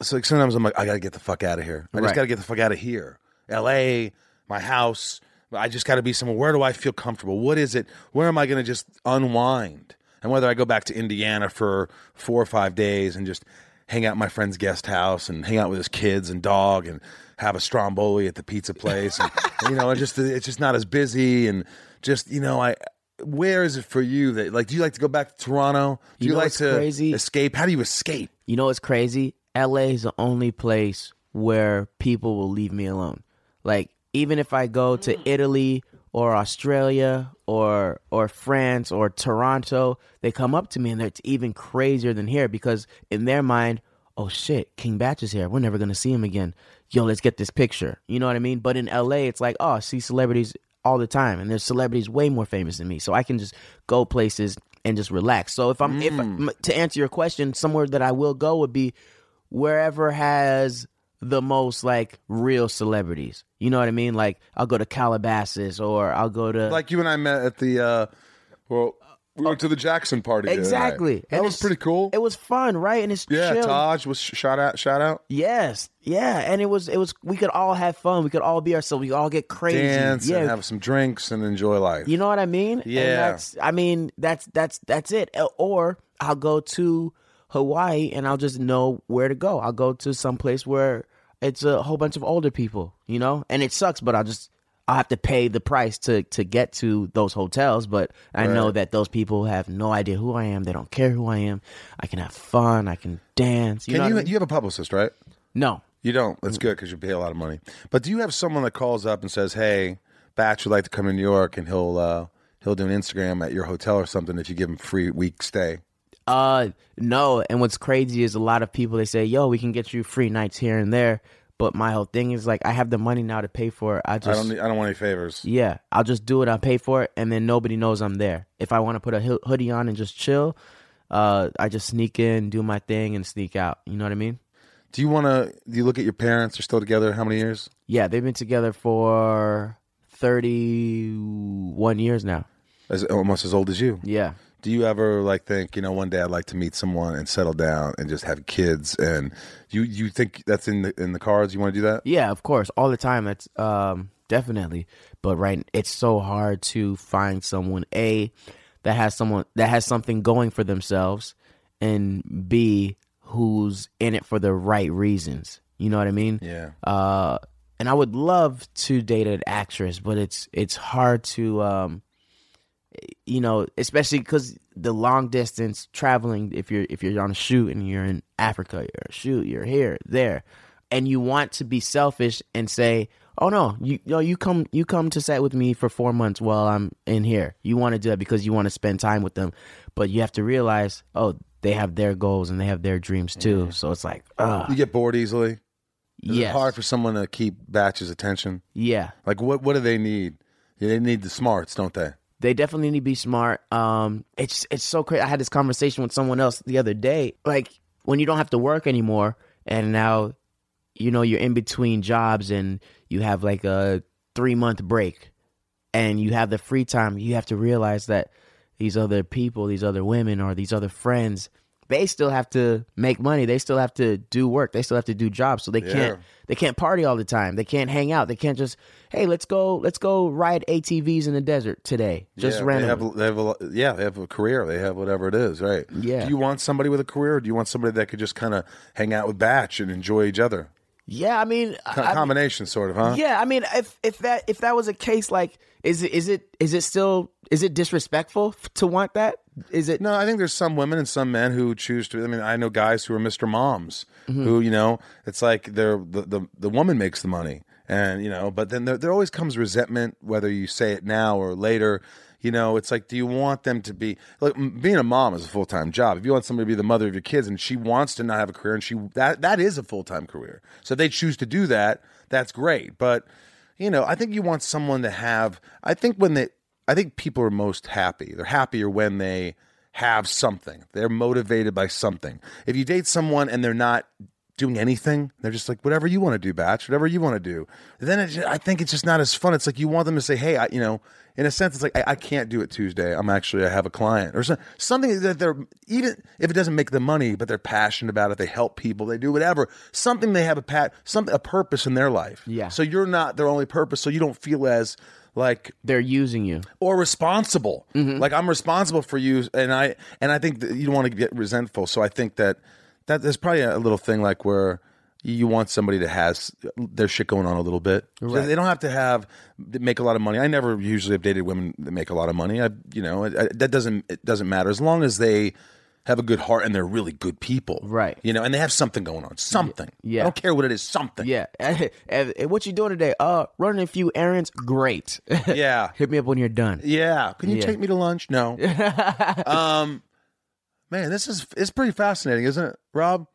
Speaker 1: So like, sometimes I'm like, I gotta get the fuck out of here. I just
Speaker 4: Right.
Speaker 1: gotta get the fuck out of here. L.A., my house. I just gotta be somewhere. Where do I feel comfortable? What is it? Where am I gonna just unwind? And whether I go back to Indiana for four or five days and just hang out at my friend's guest house and hang out with his kids and dog and have a stromboli at the pizza place, and, you know, and just it's just not as busy and just you know I. Where is it for you that like? Do you like to go back to Toronto? Do
Speaker 4: You
Speaker 1: you,
Speaker 4: know
Speaker 1: like
Speaker 4: what's
Speaker 1: to
Speaker 4: crazy?
Speaker 1: escape? How do you escape?
Speaker 4: You know what's crazy? LA is the only place where people will leave me alone. Like even if I go to Italy or Australia or or France or Toronto, they come up to me and it's even crazier than here because in their mind, oh shit, King Batch is here. We're never gonna see him again. Yo, let's get this picture. You know what I mean? But in LA, it's like, oh, I see celebrities all the time, and there's celebrities way more famous than me, so I can just go places and just relax. So if I'm if
Speaker 1: Mm.
Speaker 4: m- to answer your question, somewhere that I will go would be wherever has the most like real celebrities. You know what I mean? Like I'll go to Calabasas or I'll go to
Speaker 1: like you and I met at the uh well we went to the Jackson party. the other night.
Speaker 4: exactly.
Speaker 1: That
Speaker 4: And
Speaker 1: was
Speaker 4: it's-
Speaker 1: pretty cool.
Speaker 4: It was fun, right? And it's
Speaker 1: yeah,
Speaker 4: chill.
Speaker 1: Taj was sh- shout out shout out.
Speaker 4: Yes, yeah, and it was it was we could all have fun. We could all be ourselves. We could all get crazy.
Speaker 1: Dance
Speaker 4: yeah,
Speaker 1: and have some drinks and enjoy life.
Speaker 4: You know what I mean? And
Speaker 1: Yeah.
Speaker 4: that's I mean that's that's that's it. Uh, Or I'll go to Hawaii and I'll just know where to go. I'll go to some place where it's a whole bunch of older people, you know? And it sucks, but I'll just I'll have to pay the price to to get to those hotels, but I know that those people have no idea who I am. They don't care who I am. I can have fun. I can dance. You
Speaker 1: Can
Speaker 4: know
Speaker 1: you
Speaker 4: what I mean? Mm.
Speaker 1: you have a publicist, right?
Speaker 4: No.
Speaker 1: You don't. That's good because you pay a lot of money. But do you have someone that calls up and says, "Hey, Batch would like to come to New York, and he'll uh, he'll do an Instagram at your hotel or something if you give him free week stay."
Speaker 4: Uh, no. And what's crazy is a lot of people they say, "Yo, we can get you free nights here and there." But my whole thing is like, I have the money now to pay for it. I
Speaker 1: I
Speaker 4: just,
Speaker 1: don't need- I don't want any favors.
Speaker 4: yeah, I'll just do it. I'll pay for it, and then nobody knows I'm there. If I want to put a hoo- hoodie on and just chill, uh, I just sneak in, do my thing, and sneak out. You know what I mean?
Speaker 1: Do you want to? Do you look at your parents? They're still together. How many years?
Speaker 4: Yeah, they've been together for thirty-one years now.
Speaker 1: As almost as old as you.
Speaker 4: Yeah.
Speaker 1: Do you ever like think, you know, one day I'd like to meet someone and settle down and just have kids and you you think that's in the in the cards you want to do that?
Speaker 4: Yeah, of course, all the time. That's um, definitely. But right, it's so hard to find someone a that has someone that has something going for themselves, and b who's in it for the right reasons. You know what I mean?
Speaker 1: Yeah.
Speaker 4: Uh, and I would love to date an actress, but it's it's hard to um, you know, especially because the long distance traveling. If you're if you're on a shoot and you're in Africa, you're a shoot, you're here, there, and you want to be selfish and say, "Oh no, you no, you come you come to set with me for four months while I'm in here." You want to do that because you want to spend time with them, but you have to realize, oh, they have their goals and they have their dreams too. So it's like,
Speaker 1: You
Speaker 4: uh,
Speaker 1: get bored easily. Is
Speaker 4: yes,
Speaker 1: it hard for someone to keep Batch's attention?
Speaker 4: yeah.
Speaker 1: Like what what do they need? Yeah, They need the smarts, don't they?
Speaker 4: They definitely need to be smart. Um, it's it's so crazy. I had this conversation with someone else the other day. Like when you don't have to work anymore, and now, you know, you're in between jobs, and you have like a three month break, and you have the free time. You have to realize that these other people, these other women, or these other friends, they still have to make money. They still have to do work. They still have to do jobs. So they can't they can't party all the time. They can't hang out. They can't just hey let's go let's go ride ATVs in the desert today. Just
Speaker 1: Yeah,
Speaker 4: randomly.
Speaker 1: They have, they have a, yeah, they have a career. They have whatever it is, right?
Speaker 4: Yeah.
Speaker 1: Do you want somebody with a career, or do you want somebody that could just kind of hang out with Batch and enjoy each other?
Speaker 4: yeah, I mean,
Speaker 1: Co-
Speaker 4: I,
Speaker 1: combination, sort of, huh?
Speaker 4: yeah, I mean, if if that if that was a case, like, is it is it is it still is it disrespectful f- to want that? Is it?
Speaker 1: No, I think there's some women and some men who choose to. I mean, I know guys who are Mr. Moms who, you know, it's like they're the, the the woman makes the money, and you know, but then there there always comes resentment whether you say it now or later. You know, it's like, do you want them to be like m- being a mom is a full time job. If you want somebody to be the mother of your kids and she wants to not have a career and she that that is a full time career. So if they choose to do that. That's great, but you know, I think you want someone to have. I think when they, I think people are most happy. They're happier when they have something. They're motivated by something. If you date someone and they're not doing anything, they're just like whatever you want to do, batch, whatever you want to do. Then it, ju- I think it's just not as fun. It's like you want them to say, hey, I, you know, in a sense, it's like I, I can't do it Tuesday. I'm actually I have a client or so, something that they're even if it doesn't make them money, but they're passionate about it. They help people. They do whatever. Something they have a pat, something a purpose in their life.
Speaker 4: Yeah.
Speaker 1: So you're not their only purpose, so you don't feel as like
Speaker 4: They're using you.
Speaker 1: or responsible.
Speaker 4: Mm-hmm.
Speaker 1: Like I'm responsible for you, and I and I think that you don't want to get resentful. So I think that that there's probably a little thing like where you want somebody that has their shit going on a little bit. They don't have to have that make a lot of money. I never usually have dated women that make a lot of money. I you know I, that doesn't it doesn't matter as long as they have a good heart and they're really good people,
Speaker 4: Right.
Speaker 1: You know, and they have something going on, something.
Speaker 4: yeah.
Speaker 1: I don't care what it is, something.
Speaker 4: Yeah. <laughs> Eh, eh, what you doing today? Uh, running a few errands. Great. <laughs>
Speaker 1: yeah.
Speaker 4: Hit me up when you're done.
Speaker 1: Yeah. Can you
Speaker 4: Yeah.
Speaker 1: take me to lunch?
Speaker 4: <laughs>
Speaker 1: No. um, man, this is it's pretty fascinating, isn't it, Rob?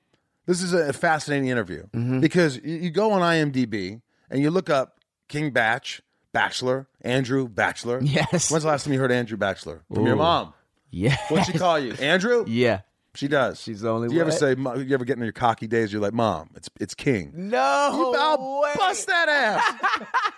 Speaker 1: This is a fascinating interview
Speaker 4: Mm-hmm.
Speaker 1: because you, you go on IMDb and you look up King Batch, Bachelor, Andrew Bachelor.
Speaker 4: Yes.
Speaker 1: When's the last time you heard Andrew Bachelor from your mom?
Speaker 4: Yeah.
Speaker 1: What'd she call you, Andrew?
Speaker 4: yeah.
Speaker 1: She does.
Speaker 4: She's the only
Speaker 1: Do you ever
Speaker 4: one.
Speaker 1: say? "Mo- You ever get in your cocky days? You're like, Mom, it's it's King.
Speaker 4: No.
Speaker 1: You- I'll
Speaker 4: way.
Speaker 1: bust that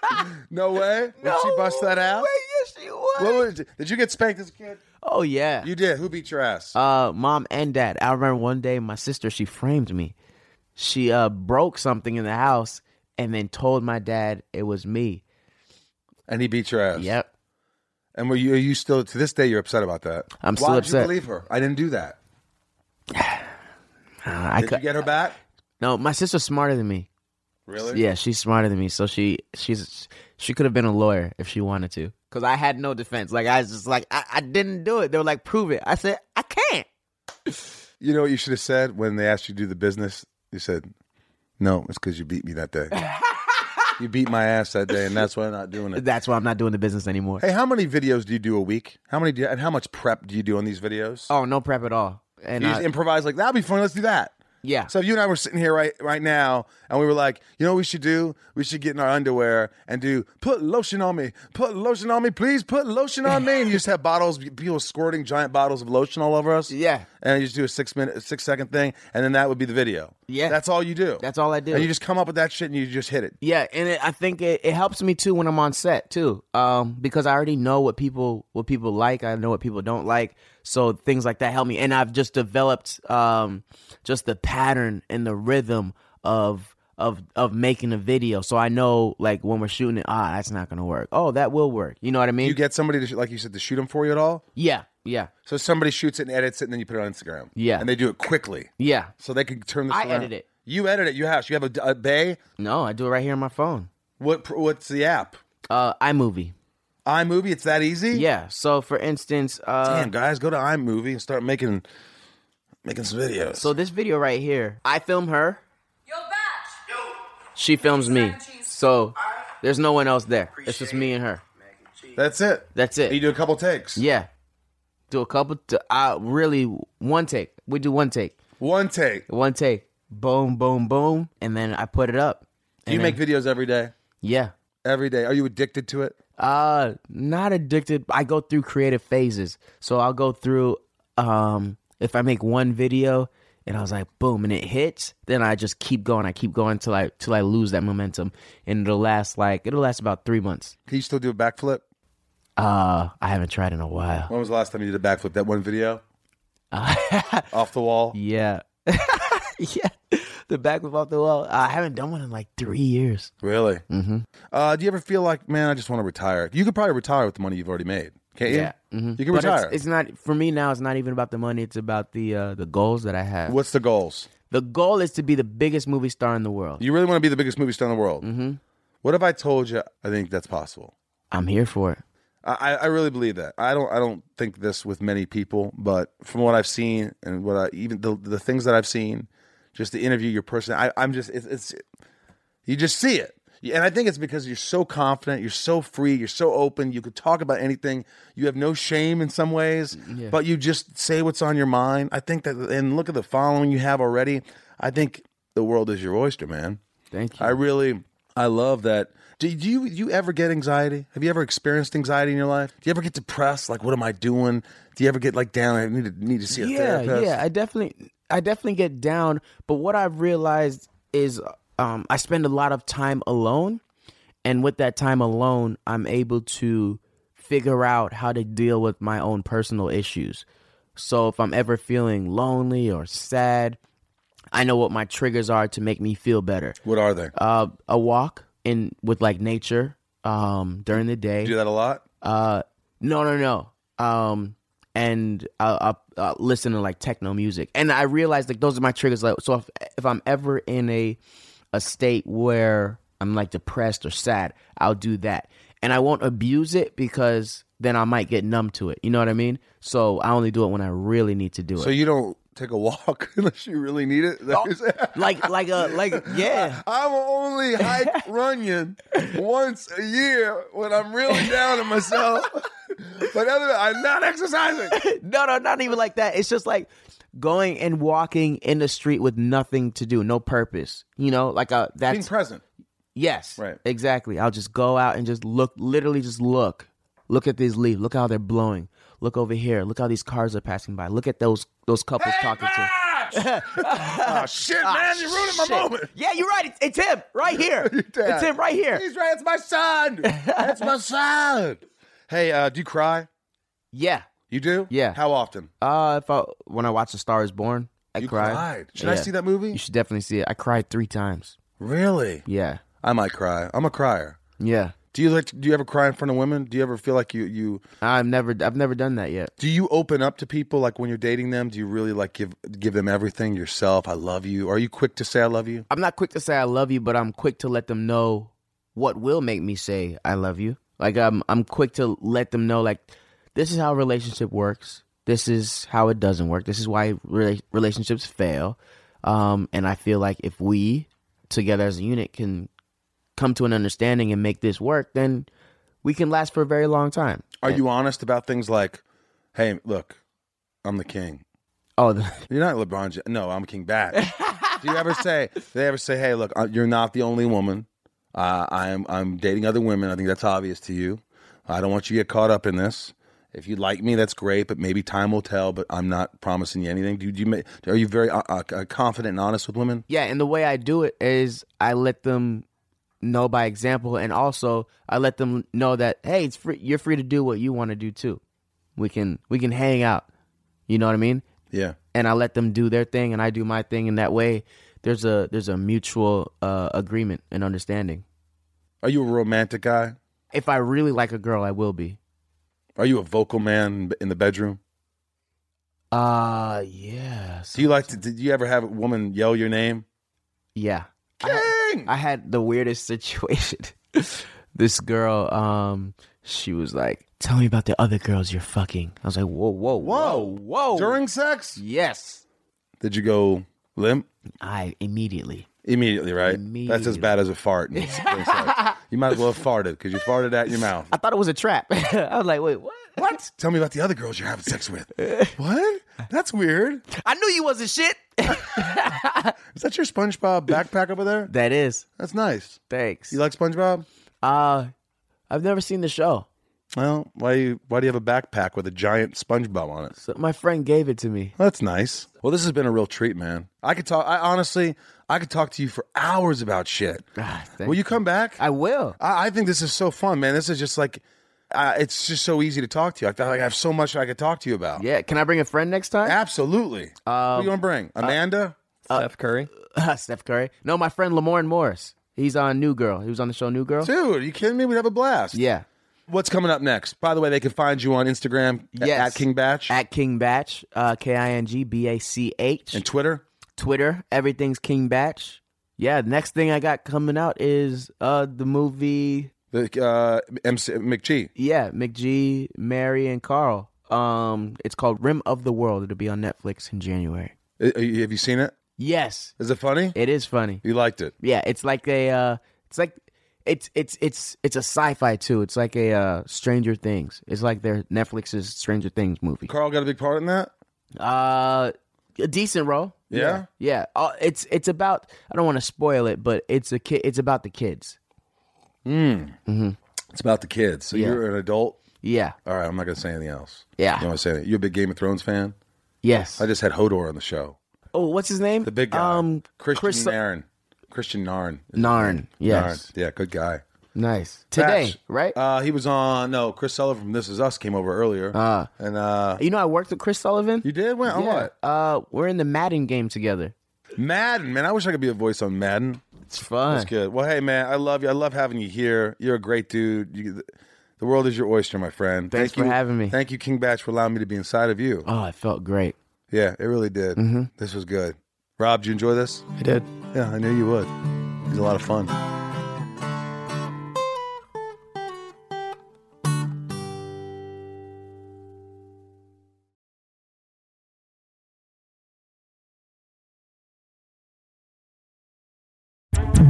Speaker 1: ass.
Speaker 4: <laughs>
Speaker 1: no way.
Speaker 4: No
Speaker 1: Would she bust that ass?
Speaker 4: way. Yes, she would.
Speaker 1: What was, did you get spanked as a kid?
Speaker 4: Oh yeah.
Speaker 1: You did. Who beat your ass?
Speaker 4: uh, mom and dad. I remember one day my sister she framed me. She uh broke something in the house and then told my dad it was me.
Speaker 1: and he beat your ass.
Speaker 4: Yep.
Speaker 1: And were you? Are you still to this day? You're upset about that.
Speaker 4: I'm
Speaker 1: Why
Speaker 4: still
Speaker 1: did
Speaker 4: upset.
Speaker 1: you believe her? I didn't do that.
Speaker 4: Uh,
Speaker 1: Did
Speaker 4: I
Speaker 1: you
Speaker 4: could.
Speaker 1: get her back?
Speaker 4: No, my sister's smarter than me.
Speaker 1: Really?
Speaker 4: Yeah, she's smarter than me, so she she's she could have been a lawyer if she wanted to. Cause I had no defense. Like I was just like I, I didn't do it. They were like, prove it. I said I can't.
Speaker 1: You know what you should have said when they asked you to do the business. You said, "No, it's because you beat me
Speaker 4: <laughs>
Speaker 1: that day. you beat my ass that day, and that's why I'm not doing it."
Speaker 4: That's why I'm not doing the business anymore.
Speaker 1: Hey, how many videos do you do a week? How many do you, and how much prep do you do on these videos?
Speaker 4: Oh, no prep at all. And
Speaker 1: you just
Speaker 4: I-
Speaker 1: improvise like that'll be funny. Let's do that.
Speaker 4: yeah,
Speaker 1: So if you and I were sitting here right right now, and we were like, you know, what we should do, we should get in our underwear and do put lotion on me, put lotion on me, please put lotion on me, and you just have bottles, people squirting giant bottles of lotion all over us.
Speaker 4: Yeah.
Speaker 1: and you just do a six minute, six second thing, and then that would be the video.
Speaker 4: Yeah.
Speaker 1: that's all you do.
Speaker 4: that's all I do.
Speaker 1: And you just come up with that shit and you just hit it.
Speaker 4: Yeah, and it, I think it, it helps me too when I'm on set too, um, because I already know what people what people like. I know what people don't like, so things like that help me. And I've just developed um, just the pattern and the rhythm of of of making a video, so I know like when we're shooting it, ah, that's not gonna work. Oh, that will work. You know what I mean?
Speaker 1: You get somebody to, sh- like you said, to shoot them for you at all.
Speaker 4: yeah, yeah,
Speaker 1: So somebody shoots it and edits it, and then you put it on Instagram.
Speaker 4: Yeah.
Speaker 1: and they do it quickly,
Speaker 4: yeah.
Speaker 1: so they can turn this.
Speaker 4: I
Speaker 1: around.
Speaker 4: edit it.
Speaker 1: You edit it. You have. You have a, a bay.
Speaker 4: No, I do it right here on my phone.
Speaker 1: What? pr- What's the app?
Speaker 4: Uh, iMovie.
Speaker 1: iMovie, it's that easy?
Speaker 4: Yeah. So for instance, uh,
Speaker 1: Damn, guys, go to iMovie and start making making some videos.
Speaker 4: so this video right here, I film her.
Speaker 8: Yo, Batch! Yo!
Speaker 4: She films me. So there's no one else there. It's just me and her.
Speaker 1: that's it.
Speaker 4: That's
Speaker 1: You
Speaker 4: it.
Speaker 1: do a couple takes.
Speaker 4: Yeah. Do a couple t I really one take. We do one take.
Speaker 1: One take.
Speaker 4: One take. Boom, boom, boom. And then I put it up.
Speaker 1: Do you
Speaker 4: And
Speaker 1: make videos every day?
Speaker 4: Yeah.
Speaker 1: Every day. Are you addicted to it?
Speaker 4: Uh not addicted. I go through creative phases. So I'll go through um if I make one video and I was like boom and it hits, then I just keep going. I keep going till I till I lose that momentum. And it'll last like it'll last about three months.
Speaker 1: Can you still do a backflip?
Speaker 4: Uh I haven't tried in a while. <laughs>
Speaker 1: When was the last time you did a backflip? That one video? off the wall.
Speaker 4: Yeah. <laughs> yeah. The back was off the wall. I haven't done one in like three years.
Speaker 1: Really? Mm-hmm. Uh, do you ever feel like, man, I just want to retire? You could probably retire with the money you've already made. Can't you? You can
Speaker 4: Mm-hmm. But it's,
Speaker 1: retire.
Speaker 4: it's not for me now. It's not even about the money. It's about the uh, the goals that I have.
Speaker 1: What's the goals?
Speaker 4: The goal is to be the biggest movie star in the world.
Speaker 1: You really want to be the biggest movie star in the world? Mm-hmm. What if I told you I think that's possible?
Speaker 4: I'm here for it.
Speaker 1: I, I I really believe that. I don't. I don't think this with many people, but from what I've seen and what I even the the things that I've seen, just the interview, your person, I, I'm just it's, it's you just see it, and I think it's because you're so confident, you're so free, you're so open. You could talk about anything. You have no shame in some ways, but you just say what's on your mind. I think that, and look at the following you have already. I think the world is your oyster, man.
Speaker 4: Thank you.
Speaker 1: I really, I love that. Do, do you you ever get anxiety? Have you ever experienced anxiety in your life? Do you ever get depressed? Like, what am I doing? Do you ever get like down? I need to need to see a
Speaker 4: yeah,
Speaker 1: therapist.
Speaker 4: yeah. I definitely, I definitely get down. But what I've realized is, um, I spend a lot of time alone, and with that time alone, I'm able to figure out how to deal with my own personal issues. So if I'm ever feeling lonely or sad, I know what my triggers are to make me feel better.
Speaker 1: What are they?
Speaker 4: Uh, a walk in with like nature um, during the day.
Speaker 1: do that a lot.
Speaker 4: Uh, no, no, no. Um, and I, I, I listen to like techno music, and I realized like those are my triggers. Like, so if if I'm ever in a a state where I'm like depressed or sad, I'll do that, and I won't abuse it because then I might get numb to it. You know what I mean? So I only do it when I really need to do it.
Speaker 1: So you don't take a walk <laughs> unless you really need it. Is that what you're saying?
Speaker 4: <laughs> like, like a, like,
Speaker 1: <laughs>
Speaker 4: yeah.
Speaker 1: I will only
Speaker 4: <laughs>
Speaker 1: hike Runyon once a year when I'm really down on myself. but other than I'm not exercising.
Speaker 4: no, no, not even like that. It's just like going and walking in the street with nothing to do, no purpose. You know, like a
Speaker 1: Being
Speaker 4: that's
Speaker 1: present.
Speaker 4: yes,
Speaker 1: Right.
Speaker 4: exactly. I'll just go out and just look, literally, just look, look at these leaves, look how they're blowing, look over here, look how these cars are passing by, look at those those couples talking <laughs> to. Ah,
Speaker 1: oh shit, man! You're ruining my
Speaker 4: Shit.
Speaker 1: moment.
Speaker 4: Yeah, you're right. It's, it's him
Speaker 1: <laughs>
Speaker 4: right here.
Speaker 1: dad.
Speaker 4: it's him right here.
Speaker 1: He's right. It's my son. That's my son. Hey, uh, do you cry?
Speaker 4: Yeah.
Speaker 1: You do?
Speaker 4: Yeah.
Speaker 1: How often?
Speaker 4: Uh, if I when I watch A Star Is Born, I
Speaker 1: You
Speaker 4: cried.
Speaker 1: cried. Should I
Speaker 4: Yeah.
Speaker 1: see that movie?
Speaker 4: You should definitely see it. I cried three times.
Speaker 1: Really?
Speaker 4: Yeah.
Speaker 1: I might cry. I'm a crier.
Speaker 4: Yeah.
Speaker 1: Do you like? Do you ever cry in front of women? Do you ever feel like you you?
Speaker 4: I've never I've never done that yet.
Speaker 1: Do you open up to people like when you're dating them? Do you really like give give them everything yourself? I love you. Are you quick to say I love you?
Speaker 4: I'm not quick to say I love you, but I'm quick to let them know what will make me say I love you. Like I'm I'm quick to let them know like this is how a relationship works. This is how it doesn't work. This is why rela- relationships fail. Um, and I feel like if we together as a unit can come to an understanding and make this work, then we can last for a very long time.
Speaker 1: Are you honest about things like, hey, look, I'm the king.
Speaker 4: Oh, the,
Speaker 1: You're not LeBron. James. No, I'm King Bat. Do you ever say? Do they ever say, "Hey, look, uh, you're not the only woman. Uh, I'm I'm dating other women. I think that's obvious to you. I don't want you to get caught up in this. If you like me, that's great, but maybe time will tell. But I'm not promising you anything. Do, do you? ma- Are you very uh, uh, confident and honest with women?
Speaker 4: Yeah, and the way I do it is I let them know by example, and also I let them know that hey, it's free. You're free to do what you want to do too. We can we can hang out. You know what I mean?
Speaker 1: Yeah.
Speaker 4: And I let them do their thing, and I do my thing, and that way there's a there's a mutual uh, agreement and understanding.
Speaker 1: Are you a romantic guy?
Speaker 4: If I really like a girl, I will be.
Speaker 1: Are you a vocal man in the bedroom?
Speaker 4: Uh yes.
Speaker 1: Do you like to? Did you ever have a woman yell your name?
Speaker 4: Yeah.
Speaker 1: King.
Speaker 4: I had the weirdest <laughs> situation. this girl, um, she was like, "Tell me about the other girls you're fucking." I was like, "Whoa, whoa, whoa, whoa!"
Speaker 1: During sex?
Speaker 4: yes,
Speaker 1: Did you go limp?
Speaker 4: I immediately.
Speaker 1: Immediately, right? That's as
Speaker 4: Immediately.
Speaker 1: bad as a fart. in- in sex. you might as well have farted because you farted out your mouth.
Speaker 4: I thought it was a trap. <laughs> I was like, "Wait, what?"
Speaker 1: What? <laughs> Tell me about the other girls you're having sex with. <laughs> what? That's weird.
Speaker 4: I knew you wasn't shit. <laughs>
Speaker 1: Is that your SpongeBob backpack over there?
Speaker 4: that is.
Speaker 1: That's nice.
Speaker 4: Thanks.
Speaker 1: You like SpongeBob?
Speaker 4: Uh, I've never seen the show.
Speaker 1: Well, why you, why do you have a backpack with a giant SpongeBob on it?
Speaker 4: So my friend gave it to me.
Speaker 1: Well, that's nice. Well, this has been a real treat, man. I could talk. I honestly, I could talk to you for hours about shit.
Speaker 4: Ah, thank
Speaker 1: Will you come back?
Speaker 4: I will.
Speaker 1: I, I think this is so fun, man. This is just like uh, it's just so easy to talk to you. I feel like I have so much I could talk to you about.
Speaker 4: Yeah, can I bring a friend next time?
Speaker 1: Absolutely. Who
Speaker 4: Um,
Speaker 1: you gonna bring?
Speaker 4: uh,
Speaker 1: Amanda?
Speaker 2: Steph Curry.
Speaker 4: <laughs> Steph Curry. No, my friend Lamorne Morris. He's on New Girl. He was on the show New Girl.
Speaker 1: Dude, are you kidding me? We'd have a blast.
Speaker 4: Yeah.
Speaker 1: What's coming up next? By the way, they can find you on Instagram at-
Speaker 4: Yes.
Speaker 1: at King Batch
Speaker 4: At King Batch, uh, K I N G B A C H.
Speaker 1: and Twitter.
Speaker 4: Twitter, everything's King Batch. Yeah, the next thing I got coming out is uh the movie
Speaker 1: The uh, MC McGee.
Speaker 4: Yeah, McG, Mary, and Carl. Um, it's called Rim of the World. It'll be on Netflix in January.
Speaker 1: Uh, uh, Have you seen it?
Speaker 4: Yes,
Speaker 1: Is it funny?
Speaker 4: it is funny.
Speaker 1: You liked it.
Speaker 4: Yeah, it's like a uh, it's like it's it's it's it's a sci-fi too. It's like a uh, Stranger Things. It's like their Netflix's Stranger Things movie.
Speaker 1: Carl got a big part in that.
Speaker 4: Uh, a decent role.
Speaker 1: Yeah?
Speaker 4: yeah. Uh, it's it's about I don't want to spoil it, but it's a kid. It's about the kids.
Speaker 1: It's about the kids. So
Speaker 4: Yeah.
Speaker 1: you're an adult.
Speaker 4: Yeah,
Speaker 1: All right, I'm not gonna say anything else.
Speaker 4: Yeah.
Speaker 1: You don't want to say anything. You a big Game of Thrones fan?
Speaker 4: yes.
Speaker 1: I just had Hodor on the show.
Speaker 4: oh, what's his name?
Speaker 1: The big guy.
Speaker 4: Um,
Speaker 1: Christian
Speaker 4: Chris
Speaker 1: Narn. Christian Narn.
Speaker 4: Narn. Yes,
Speaker 1: Narn. Yeah, good guy.
Speaker 4: nice. Today,
Speaker 1: Patch.
Speaker 4: right?
Speaker 1: Uh, he was on. No, Chris Sullivan from This Is Us came over earlier.
Speaker 4: Ah.
Speaker 1: and uh,
Speaker 4: You know, I worked with Chris Sullivan.
Speaker 1: you did. When on
Speaker 4: Yeah.
Speaker 1: what?
Speaker 4: Uh, we're in the Madden game together.
Speaker 1: Madden, man. I wish I could be a voice on Madden.
Speaker 4: It's fun.
Speaker 1: That's good. Well, hey, man, I love you. I love having you here. You're a great dude. You, the world is your oyster, my friend.
Speaker 4: Thanks
Speaker 1: thank
Speaker 4: for
Speaker 1: you,
Speaker 4: having me.
Speaker 1: Thank you, King Batch, for allowing me to be inside of you.
Speaker 4: Oh, it felt great.
Speaker 1: Yeah, it really did.
Speaker 4: Mm-hmm.
Speaker 1: This was good. Rob, did you enjoy this?
Speaker 2: I did.
Speaker 1: Yeah, I knew you would. It was a lot of fun.